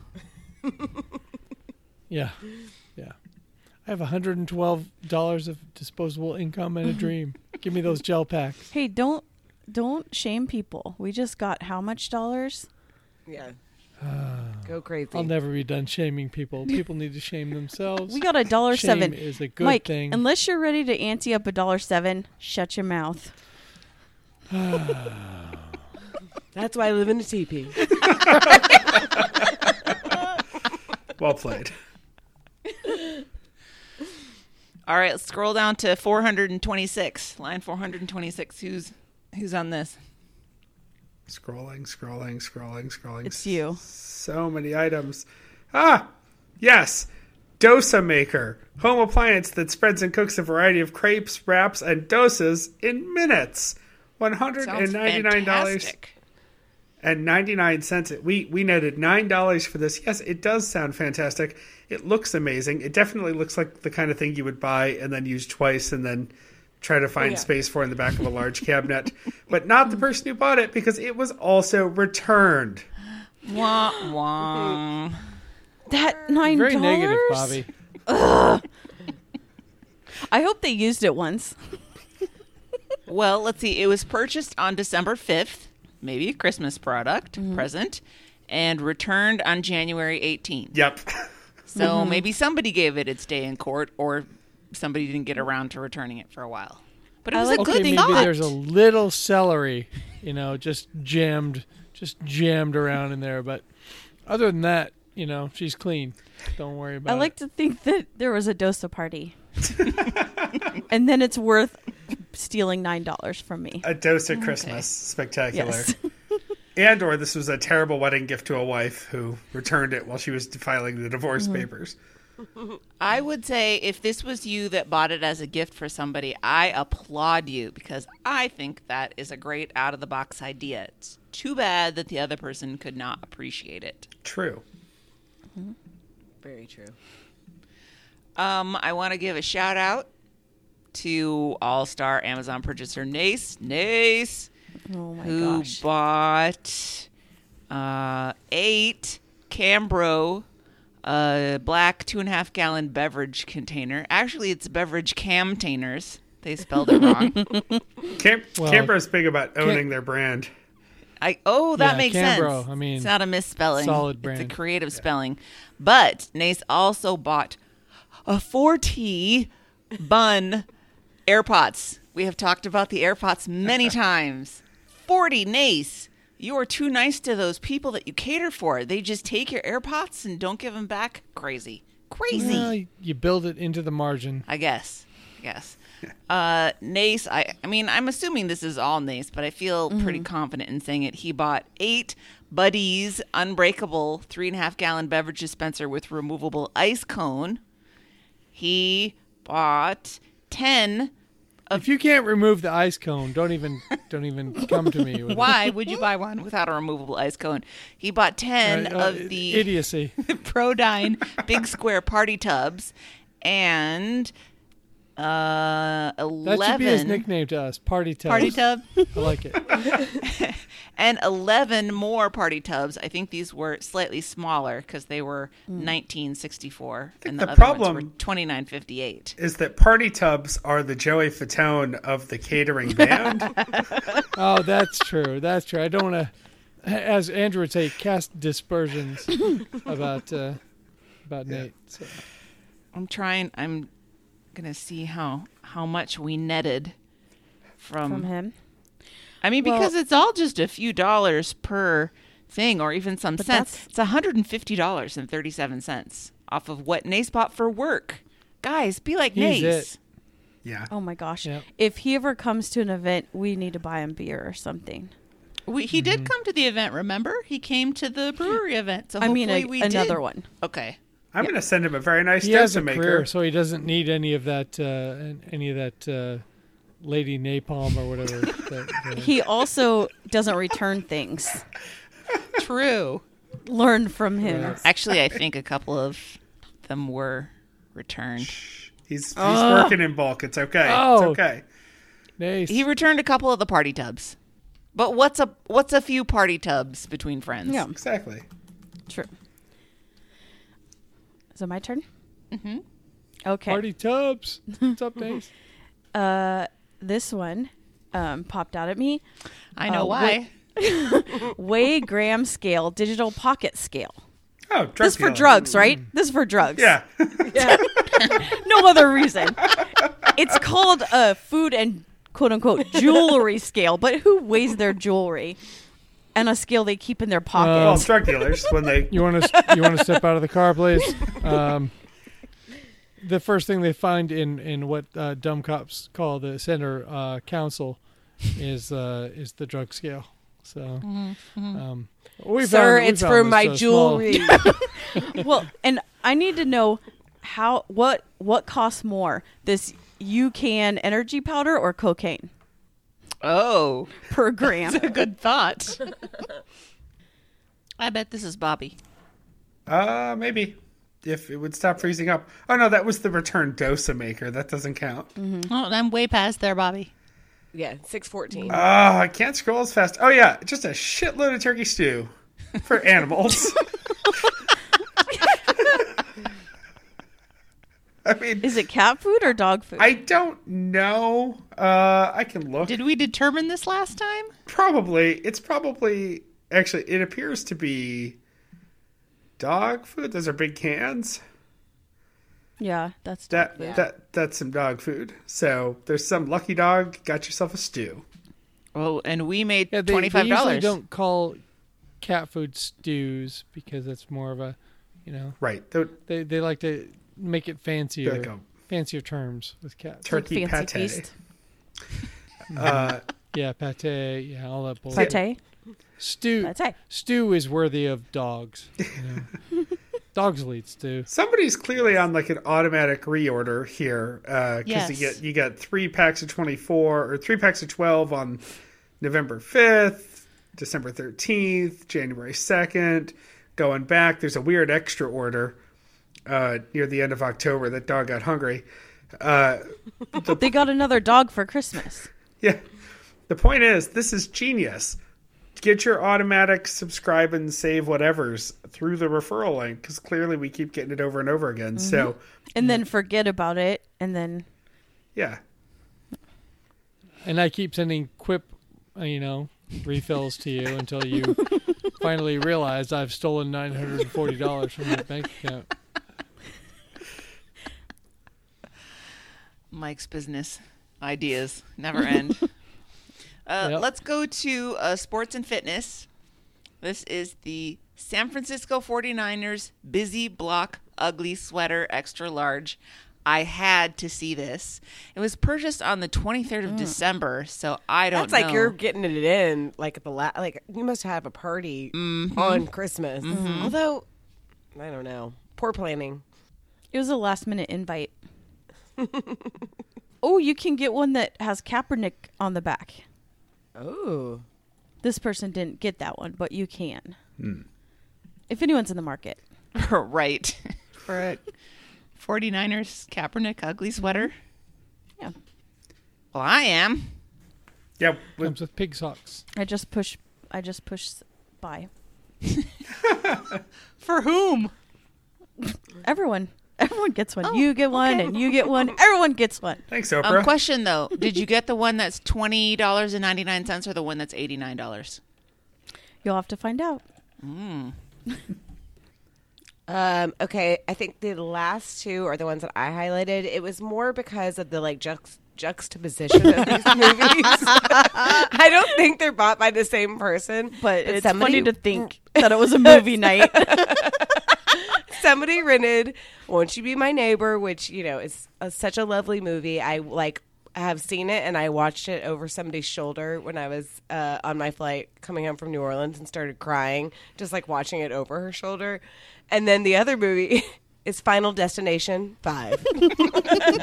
[SPEAKER 2] Yeah. Yeah. I have $112 of disposable income and a dream. Give me those gel packs.
[SPEAKER 1] Hey, don't don't shame people. We just got how much dollars?
[SPEAKER 4] Yeah. Go crazy.
[SPEAKER 2] I'll never be done shaming people. People need to shame themselves.
[SPEAKER 1] We got a dollar
[SPEAKER 2] Shame
[SPEAKER 1] seven.
[SPEAKER 2] is a good
[SPEAKER 1] Mike,
[SPEAKER 2] thing.
[SPEAKER 1] unless you're ready to ante up a dollar seven, shut your mouth.
[SPEAKER 4] That's why I live in a teepee.
[SPEAKER 5] Well played.
[SPEAKER 3] All right, let's scroll down to 426. Line 426. Who's who's on this?
[SPEAKER 5] Scrolling, scrolling, scrolling, scrolling.
[SPEAKER 1] It's you.
[SPEAKER 5] So many items. Ah, yes. Dosa maker, home appliance that spreads and cooks a variety of crepes, wraps, and dosas in minutes. One hundred
[SPEAKER 3] Sounds
[SPEAKER 5] and ninety-nine dollars
[SPEAKER 3] fantastic.
[SPEAKER 5] and ninety-nine cents. We we netted nine dollars for this. Yes, it does sound fantastic. It looks amazing. It definitely looks like the kind of thing you would buy and then use twice and then try to find space for in the back of a large cabinet. But not the person who bought it because it was also returned.
[SPEAKER 3] Wah, wah.
[SPEAKER 1] That nine
[SPEAKER 2] Very
[SPEAKER 1] dollars.
[SPEAKER 2] negative, Bobby.
[SPEAKER 1] I hope they used it once.
[SPEAKER 3] Well, let's see. It was purchased on December 5th, maybe a Christmas product present, and returned on January 18th.
[SPEAKER 5] Yep.
[SPEAKER 3] So
[SPEAKER 2] Mm-hmm.
[SPEAKER 3] maybe somebody gave it its day in court, or somebody didn't get around to returning it for a while. But it was a
[SPEAKER 2] Okay,
[SPEAKER 3] good
[SPEAKER 2] maybe
[SPEAKER 3] thought.
[SPEAKER 2] there's a little celery, you know, just jammed, just jammed around in there. But other than that, you know, she's clean. Don't worry about
[SPEAKER 1] I like to think that there was a dosa party. and then it's worth stealing nine dollars from me.
[SPEAKER 5] A dose of Christmas. Spectacular.
[SPEAKER 1] Yes.
[SPEAKER 5] And or this was a terrible wedding gift to a wife who returned it while she was filing the divorce papers.
[SPEAKER 3] I would say if this was you that bought it as a gift for somebody, I applaud you because I think that is a great out of the box idea. It's too bad that the other person could not appreciate it.
[SPEAKER 5] True.
[SPEAKER 4] Very true.
[SPEAKER 3] Um, I want to give a shout out to All Star Amazon purchaser Nace Nace,
[SPEAKER 1] Oh my
[SPEAKER 3] who
[SPEAKER 1] gosh.
[SPEAKER 3] bought uh, eight Cambro uh, black two and a half gallon beverage container. Actually, it's beverage camtainers. They spelled it wrong.
[SPEAKER 5] Cam-
[SPEAKER 2] Well,
[SPEAKER 5] Campro's big about owning their brand.
[SPEAKER 3] I oh that
[SPEAKER 2] Yeah,
[SPEAKER 3] makes
[SPEAKER 2] Cambro,
[SPEAKER 3] sense.
[SPEAKER 2] I mean,
[SPEAKER 3] it's not a misspelling.
[SPEAKER 2] solid
[SPEAKER 3] It's
[SPEAKER 2] brand.
[SPEAKER 3] a creative spelling. But Nace also bought a 4T bun AirPods. We have talked about the AirPods many times. 40 Nace. You are too nice to those people that you cater for. They just take your AirPods and don't give them back. Crazy. Crazy.
[SPEAKER 2] Well, you build it into the margin.
[SPEAKER 3] I guess. Yes. Uh, Nace, I, I mean, I'm assuming this is all Nace, but I feel
[SPEAKER 2] Mm-hmm.
[SPEAKER 3] pretty confident in saying it. He bought eight Buddies Unbreakable three and a half gallon beverage dispenser with removable ice cone. He bought 10.
[SPEAKER 2] If you can't remove the ice cone, don't even don't even come to me. With
[SPEAKER 6] Why would you buy one?
[SPEAKER 3] Without a removable ice cone, he bought ten
[SPEAKER 2] Uh, uh,
[SPEAKER 3] of the
[SPEAKER 2] idiocy.
[SPEAKER 6] Prodyne.
[SPEAKER 3] big square party tubs and uh,
[SPEAKER 2] That should be his
[SPEAKER 3] 11
[SPEAKER 2] nickname to us. Party tub.
[SPEAKER 6] Party tub.
[SPEAKER 2] I like it.
[SPEAKER 3] and 11 more party tubs i think these were slightly smaller because they were
[SPEAKER 1] Mm.
[SPEAKER 3] 1964 and the,
[SPEAKER 5] the
[SPEAKER 3] other ones were
[SPEAKER 5] problem-
[SPEAKER 3] 2958
[SPEAKER 5] Is that party tubs are the Joey Fatone of the catering band?
[SPEAKER 2] Oh, that's true. That's true. I don't want to, as Andrew would say, cast dispersions about uh, about Nate. So,
[SPEAKER 3] i'm trying i'm gonna see how how much we netted from,
[SPEAKER 5] Um,
[SPEAKER 1] from him.
[SPEAKER 3] i mean
[SPEAKER 1] Well-
[SPEAKER 3] because it's all just a few dollars per thing or even some cents
[SPEAKER 1] that's-
[SPEAKER 3] it's $150.37 off of what nace bought for work guys be like
[SPEAKER 2] He's
[SPEAKER 3] nace
[SPEAKER 2] it.
[SPEAKER 5] yeah.
[SPEAKER 1] Oh my gosh.
[SPEAKER 2] Yep.
[SPEAKER 1] If he ever comes to an event, we need to buy him beer or something.
[SPEAKER 6] We, he
[SPEAKER 2] Mm-hmm.
[SPEAKER 6] did come to the event, remember? He came to the brewery event. So
[SPEAKER 1] I mean,
[SPEAKER 6] hopefully we
[SPEAKER 1] a, another
[SPEAKER 6] did.
[SPEAKER 1] one.
[SPEAKER 3] okay
[SPEAKER 5] I'm going to send him a very nice
[SPEAKER 2] He has
[SPEAKER 5] dosa
[SPEAKER 2] a
[SPEAKER 5] maker.
[SPEAKER 2] career, so he doesn't need any of that uh, an- any of that uh, lady napalm or whatever. that, uh,
[SPEAKER 1] He also doesn't return things.
[SPEAKER 6] True.
[SPEAKER 1] Learn from him.
[SPEAKER 3] Actually, I think a couple of them were returned.
[SPEAKER 5] He's, he's working in bulk. It's okay.
[SPEAKER 2] Oh.
[SPEAKER 5] It's okay.
[SPEAKER 2] Nice.
[SPEAKER 3] He returned a couple of the party tubs. But what's a what's a few party tubs between friends?
[SPEAKER 1] Yeah.
[SPEAKER 5] Exactly.
[SPEAKER 1] True. Is it my turn? Mm-hmm. Okay.
[SPEAKER 2] Party tubs. What's up, Nate?
[SPEAKER 1] Uh, this one um, popped out at me.
[SPEAKER 6] I know
[SPEAKER 1] Uh,
[SPEAKER 6] why.
[SPEAKER 1] what- Way gram scale, digital pocket scale.
[SPEAKER 5] Oh, drug
[SPEAKER 1] This is for
[SPEAKER 5] dealing. Mm.
[SPEAKER 1] drugs, right? This is for drugs.
[SPEAKER 5] Yeah.
[SPEAKER 1] No other reason. it's called a food and quote unquote jewelry scale, but who weighs their jewelry? And a scale they keep in their
[SPEAKER 5] well,
[SPEAKER 1] pocket.
[SPEAKER 5] drug dealers when they
[SPEAKER 2] You want to you want to step out of the car, please. Um, the first thing they find in in what uh, dumb cops call the center uh, council is uh, is the drug scale. So, um, we
[SPEAKER 4] Mm-hmm. Sir,
[SPEAKER 2] found- we
[SPEAKER 4] it's
[SPEAKER 2] found
[SPEAKER 4] for
[SPEAKER 2] this,
[SPEAKER 4] my
[SPEAKER 2] uh, small-
[SPEAKER 4] jewelry.
[SPEAKER 5] Oh.
[SPEAKER 1] well, and I need to know how what what costs more, this UCAN energy powder or cocaine
[SPEAKER 3] Oh.
[SPEAKER 1] per gram?
[SPEAKER 6] Good thought.
[SPEAKER 3] I bet this is Bobby.
[SPEAKER 5] Uh, maybe. If it would stop freezing up. Oh, no, that was the return dosa maker. That doesn't count.
[SPEAKER 6] Oh, I'm way past there, Bobby.
[SPEAKER 4] yeah, six fourteen.
[SPEAKER 5] Oh, I can't scroll as fast. Oh, yeah, just a shitload of turkey stew for animals. I mean,
[SPEAKER 1] Is it cat food or dog food?
[SPEAKER 5] I don't know. Uh, I can look.
[SPEAKER 6] Did we determine this last time?
[SPEAKER 5] Probably. It's probably. Actually, it appears to be dog food. Those are big cans.
[SPEAKER 1] yeah, that's dog
[SPEAKER 5] That that that's some dog food. So there's some lucky dog got yourself a stew.
[SPEAKER 3] Oh, and we made
[SPEAKER 2] Yeah, they,
[SPEAKER 3] twenty
[SPEAKER 2] they
[SPEAKER 3] five
[SPEAKER 2] usually
[SPEAKER 3] dollars.
[SPEAKER 2] don't call cat food stews because that's more of a, you know,
[SPEAKER 5] Right. The
[SPEAKER 2] they they like to make it fancier,
[SPEAKER 5] Like a-
[SPEAKER 2] fancier terms with cats.
[SPEAKER 1] Like
[SPEAKER 5] turkey
[SPEAKER 1] fancy
[SPEAKER 5] pate.
[SPEAKER 1] feast.
[SPEAKER 5] Uh,
[SPEAKER 2] Yeah, pate, yeah, all that bullshit.
[SPEAKER 1] Pate?
[SPEAKER 2] Stew.
[SPEAKER 1] Pate.
[SPEAKER 2] Stew is worthy of dogs. You know. dogs lead stew.
[SPEAKER 5] somebody's clearly on like an automatic reorder here because you
[SPEAKER 6] Yes.
[SPEAKER 5] get you got three packs of twenty four or three packs of twelve on November fifth, December thirteenth, January second. Going back, there's a weird extra order uh, near the end of October. That dog got hungry. Uh,
[SPEAKER 1] Oh, They got another dog for Christmas.
[SPEAKER 5] Yeah. The point is, this is genius. Get your automatic subscribe and save whatevers through the referral link because clearly we keep getting it over and over again. So,
[SPEAKER 1] And then forget about it and then
[SPEAKER 5] yeah.
[SPEAKER 2] And I keep sending quip, uh, you know, refills to you until you finally realize I've stolen nine hundred and forty dollars from your bank account.
[SPEAKER 3] Mike's business ideas never end. uh,
[SPEAKER 2] Yep.
[SPEAKER 3] Let's go to uh, sports and fitness. This is the San Francisco 49ers busy block ugly sweater extra large. I had to see this. It was purchased on the 23rd
[SPEAKER 6] Mm.
[SPEAKER 3] of December, so I don't
[SPEAKER 4] That's like
[SPEAKER 3] know.
[SPEAKER 4] you're getting it in like at the la- like you must have a party on Christmas. Although I don't know. Poor planning.
[SPEAKER 1] It was a last minute invite. oh, you can get one that has Kaepernick on the back.
[SPEAKER 4] Oh.
[SPEAKER 1] This person didn't get that one, but you can. If anyone's in the market,
[SPEAKER 3] right.
[SPEAKER 6] for a 49ers Kaepernick ugly sweater.
[SPEAKER 1] yeah.
[SPEAKER 3] Well, I am.
[SPEAKER 5] Yeah, we-
[SPEAKER 2] Comes with pig socks.
[SPEAKER 1] I just push. I just push by.
[SPEAKER 6] For whom?
[SPEAKER 1] Everyone, everyone gets one. you get one, and you get one. Everyone gets one.
[SPEAKER 5] thanks,
[SPEAKER 3] Um,
[SPEAKER 5] Oprah.
[SPEAKER 3] question though, did you get the one that's twenty dollars and ninety nine cents or the one that's eighty nine dollars?
[SPEAKER 1] You'll have to find out.
[SPEAKER 4] Um, okay, I think the last two are the ones that I highlighted. It was more because of the like jux- juxtaposition of these movies. I don't think they're bought by the same person,
[SPEAKER 1] But it's
[SPEAKER 4] somebody-
[SPEAKER 1] funny to think that it was a movie night.
[SPEAKER 4] somebody rented "Won't You Be My Neighbor," which you know is a, such a lovely movie. I like have seen it and I watched it over somebody's shoulder when I was uh, on my flight coming home from New Orleans and started crying just like watching it over her shoulder. And then the other movie is Final Destination Five.
[SPEAKER 1] I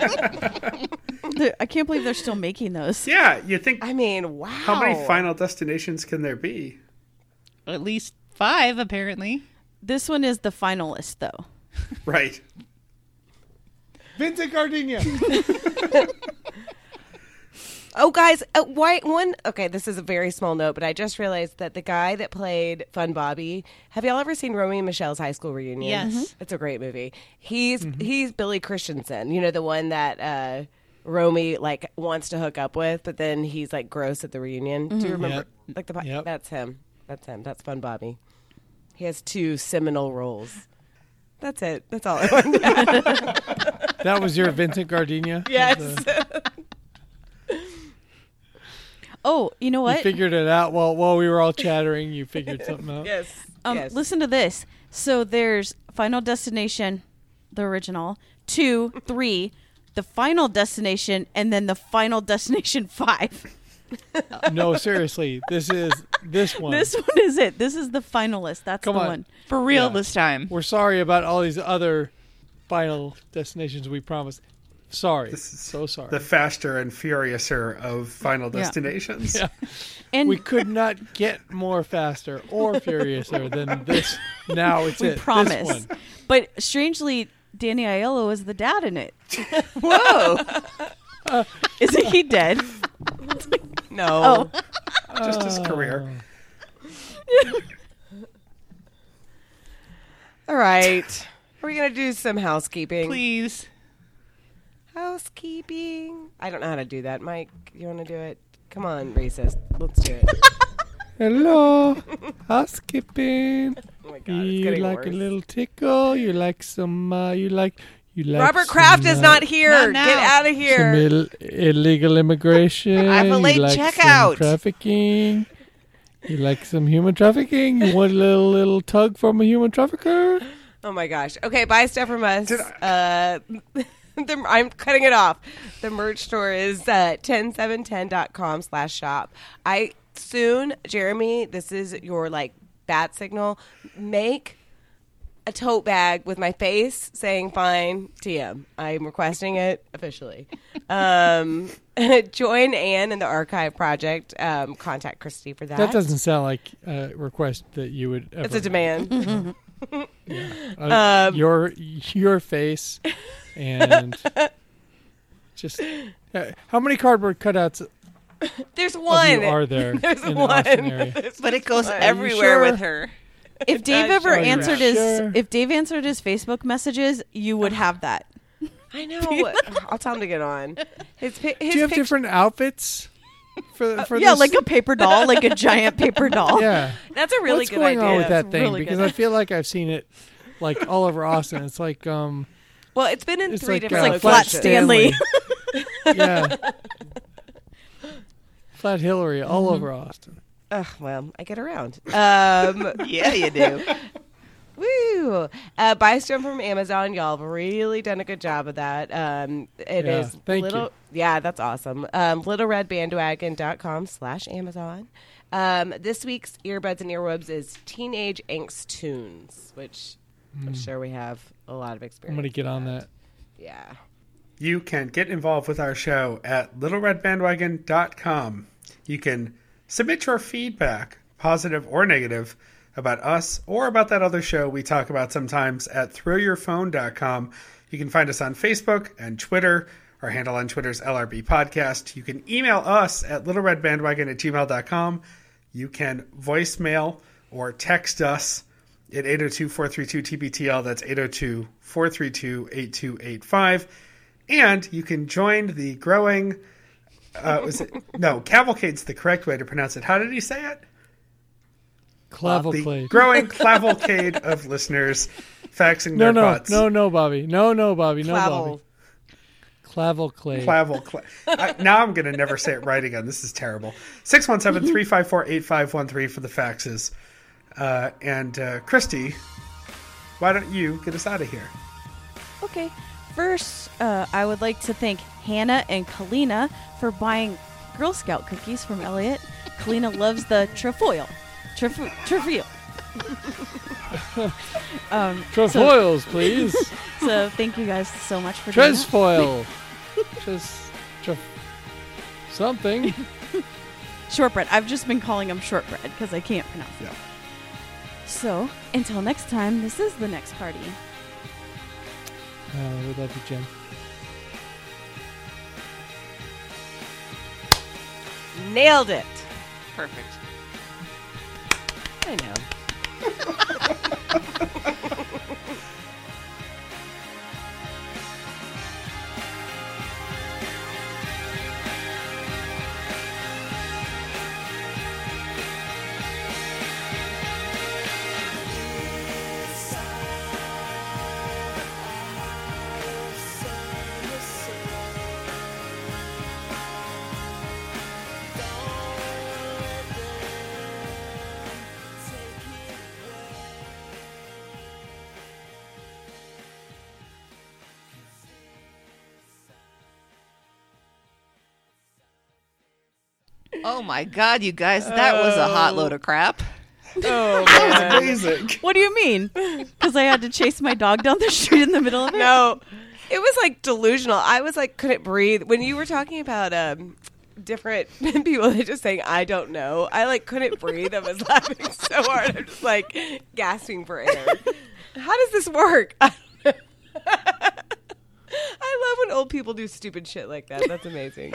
[SPEAKER 1] can't believe they're still making those.
[SPEAKER 5] yeah, you think
[SPEAKER 4] I mean, wow!
[SPEAKER 5] how many final destinations can there be?
[SPEAKER 6] At least five, apparently.
[SPEAKER 1] This one is the finalist, though.
[SPEAKER 5] Right.
[SPEAKER 2] Vincent Gardenia.
[SPEAKER 4] Oh, guys, uh, why one? Okay, this is a very small note, but I just realized that the guy that played Fun Bobby. Have y'all ever seen Romeo and Michelle's High School Reunion?
[SPEAKER 6] Yes. Mhm.
[SPEAKER 3] Mm-hmm.
[SPEAKER 4] it's a great movie. He's
[SPEAKER 2] Mm-hmm.
[SPEAKER 4] he's Billy Christensen. You know the one that uh, Romy like wants to hook up with, but then he's like gross at the reunion. Do you remember?
[SPEAKER 2] Mm-hmm. Yep.
[SPEAKER 4] Like the po-
[SPEAKER 2] Yep.
[SPEAKER 4] that's him. That's him. That's Fun Bobby. He has two seminal roles. That's it. That's all. I wanted.
[SPEAKER 2] that was your Vincent Gardenia.
[SPEAKER 4] yes.
[SPEAKER 1] Oh, you know
[SPEAKER 2] You
[SPEAKER 1] what?
[SPEAKER 2] figured it out while while we were all chattering. You figured something out.
[SPEAKER 4] yes.
[SPEAKER 1] Um,
[SPEAKER 4] yes.
[SPEAKER 1] Listen to this. So there's Final Destination, the original, two, three, the Final Destination, and then the Final Destination five.
[SPEAKER 2] No, seriously, this is this one.
[SPEAKER 1] This one is it. This is the finalist. That's
[SPEAKER 2] Come
[SPEAKER 1] the
[SPEAKER 2] on.
[SPEAKER 1] one.
[SPEAKER 3] For real
[SPEAKER 2] Yeah.
[SPEAKER 3] this time.
[SPEAKER 2] We're sorry about all these other final destinations we promised. Sorry, so sorry.
[SPEAKER 5] The faster and furiouser of final
[SPEAKER 1] Yeah.
[SPEAKER 5] destinations.
[SPEAKER 1] And
[SPEAKER 2] we could not get more faster or furiouser than this. Now it's
[SPEAKER 1] we
[SPEAKER 2] it. This
[SPEAKER 1] promise.
[SPEAKER 2] one.
[SPEAKER 1] But strangely, Danny Aiello was the dad in it.
[SPEAKER 4] Whoa.
[SPEAKER 1] Isn't he dead?
[SPEAKER 4] No.
[SPEAKER 2] oh.
[SPEAKER 5] Just his career.
[SPEAKER 4] All right. Are we gonna do some housekeeping?
[SPEAKER 6] Please.
[SPEAKER 4] Housekeeping. I don't know how to do that. Mike, you want to do it? Come on, racist. Let's do it.
[SPEAKER 2] Hello, housekeeping.
[SPEAKER 4] Oh my god, it's
[SPEAKER 2] You
[SPEAKER 4] getting
[SPEAKER 2] like
[SPEAKER 4] worse.
[SPEAKER 2] a little tickle. You like some. Uh, you like. You like.
[SPEAKER 4] Robert Kraft
[SPEAKER 2] some,
[SPEAKER 4] is
[SPEAKER 2] uh,
[SPEAKER 4] not here.
[SPEAKER 6] Not now.
[SPEAKER 4] Get out of
[SPEAKER 2] Some
[SPEAKER 4] here.
[SPEAKER 2] Ill- illegal immigration.
[SPEAKER 3] I have a
[SPEAKER 2] You
[SPEAKER 3] late
[SPEAKER 2] like
[SPEAKER 3] checkout.
[SPEAKER 2] Some trafficking. You like some human trafficking? You want a little little tug from a human trafficker?
[SPEAKER 4] Oh my gosh. Okay, bye stuff from us.
[SPEAKER 5] Did
[SPEAKER 4] Uh, the, I'm cutting it off. The merch store is uh, 10710.com slash shop. I soon, Jeremy, this is your like bat signal. Make a tote bag with my face saying fine TM. I'm requesting it officially. Um, join Anne in the archive project. Um, contact Christy for that.
[SPEAKER 2] That doesn't sound like a request that you would ever.
[SPEAKER 4] it's a demand. Um,
[SPEAKER 2] Uh, your your face and just uh, how many cardboard cutouts of
[SPEAKER 4] There's one.
[SPEAKER 2] you are there
[SPEAKER 4] There's
[SPEAKER 2] in the
[SPEAKER 4] one.
[SPEAKER 2] Austin area?
[SPEAKER 3] But it goes
[SPEAKER 2] you
[SPEAKER 3] everywhere
[SPEAKER 2] sure?
[SPEAKER 3] with her.
[SPEAKER 1] If Dave ever
[SPEAKER 2] sure.
[SPEAKER 1] answered his
[SPEAKER 2] Sure.
[SPEAKER 1] if Dave answered his Facebook messages, you would have that.
[SPEAKER 4] I know. I'll tell him to get on. His, pi- his Uh,
[SPEAKER 2] Do you have
[SPEAKER 4] picture-
[SPEAKER 2] different outfits for for
[SPEAKER 1] Yeah,
[SPEAKER 2] this?
[SPEAKER 1] like a paper doll, like a giant paper doll.
[SPEAKER 2] yeah.
[SPEAKER 4] That's a really
[SPEAKER 2] What's
[SPEAKER 4] good
[SPEAKER 2] going
[SPEAKER 4] idea.
[SPEAKER 2] on with that thing?
[SPEAKER 1] really
[SPEAKER 2] because
[SPEAKER 1] good.
[SPEAKER 2] I feel like I've seen it like all over Austin. It's like um,
[SPEAKER 4] Well, it's been in
[SPEAKER 2] it's
[SPEAKER 4] three
[SPEAKER 2] like,
[SPEAKER 4] different
[SPEAKER 2] uh,
[SPEAKER 1] Like Flat
[SPEAKER 4] locations.
[SPEAKER 1] Stanley.
[SPEAKER 2] yeah, Flat Hillary all over Austin.
[SPEAKER 4] Ugh, well, I get around. Um,
[SPEAKER 3] Yeah, you do.
[SPEAKER 4] Woo! Uh, buy some from Amazon. Y'all have really done a good job of that. Um, it is
[SPEAKER 2] Yeah, thank
[SPEAKER 4] little,
[SPEAKER 2] you.
[SPEAKER 4] yeah, that's awesome. Um, LittleRedBandwagon.com slash Amazon. Um, this week's earbuds and earwobes is teenage angst tunes, which
[SPEAKER 2] Hmm.
[SPEAKER 4] I'm sure we have a lot of experience.
[SPEAKER 2] I'm gonna get
[SPEAKER 4] with
[SPEAKER 2] on that.
[SPEAKER 4] Yeah.
[SPEAKER 5] You can get involved with our show at littleredbandwagon.com. You can submit your feedback, positive or negative, about us or about that other show we talk about sometimes at throwyourphone.com. You can find us on Facebook and Twitter. Our handle on Twitter is LRB Podcast. You can email us at littleredbandwagon at gmail.com. You can voicemail or text us at 802-432-TBTL. That's 802-432-8285. And you can join the growing uh, was it no, cavalcade's the correct way to pronounce it. How did he say it? The
[SPEAKER 2] Claviclade.
[SPEAKER 5] growing cavalcade of listeners faxing
[SPEAKER 2] No,
[SPEAKER 5] their
[SPEAKER 2] no,
[SPEAKER 5] bots.
[SPEAKER 2] no, no, Bobby. No, no, Bobby. No,
[SPEAKER 4] Clavel.
[SPEAKER 2] Bobby. Claviclade.
[SPEAKER 5] Clavel. Cla- I, now I'm going to never say it right again. This is terrible. 617 354 8513 for the faxes. Uh, and uh, Christy, why don't you get us out of here?
[SPEAKER 1] Okay. First, uh, I would like to thank Hannah and Kalina for buying Girl Scout cookies from Elliot. Kalina loves the trefoil. Trefo- trefoil.
[SPEAKER 2] Trefoils, please.
[SPEAKER 1] So thank you guys so much for doing that.
[SPEAKER 2] Tresfoil. Just tref- something.
[SPEAKER 1] Shortbread. I've just been calling them shortbread because I can't pronounce it.
[SPEAKER 5] Yeah.
[SPEAKER 1] So until next time, this is the next party.
[SPEAKER 2] Uh, we love you, Jim.
[SPEAKER 4] Nailed it.
[SPEAKER 3] Perfect.
[SPEAKER 4] I know.
[SPEAKER 3] Oh my God, you guys, that was a hot
[SPEAKER 6] Oh.
[SPEAKER 3] load of crap.
[SPEAKER 5] That was amazing.
[SPEAKER 1] What do you mean? Because I had to chase my dog down the street in the middle of it.
[SPEAKER 4] No, it was like delusional. I was like, couldn't breathe. When you were talking about um, different people that just saying, I don't know, I like couldn't breathe. I was laughing so hard. I'm just like gasping for air. How does this work? I love when old people do stupid shit like that. That's amazing.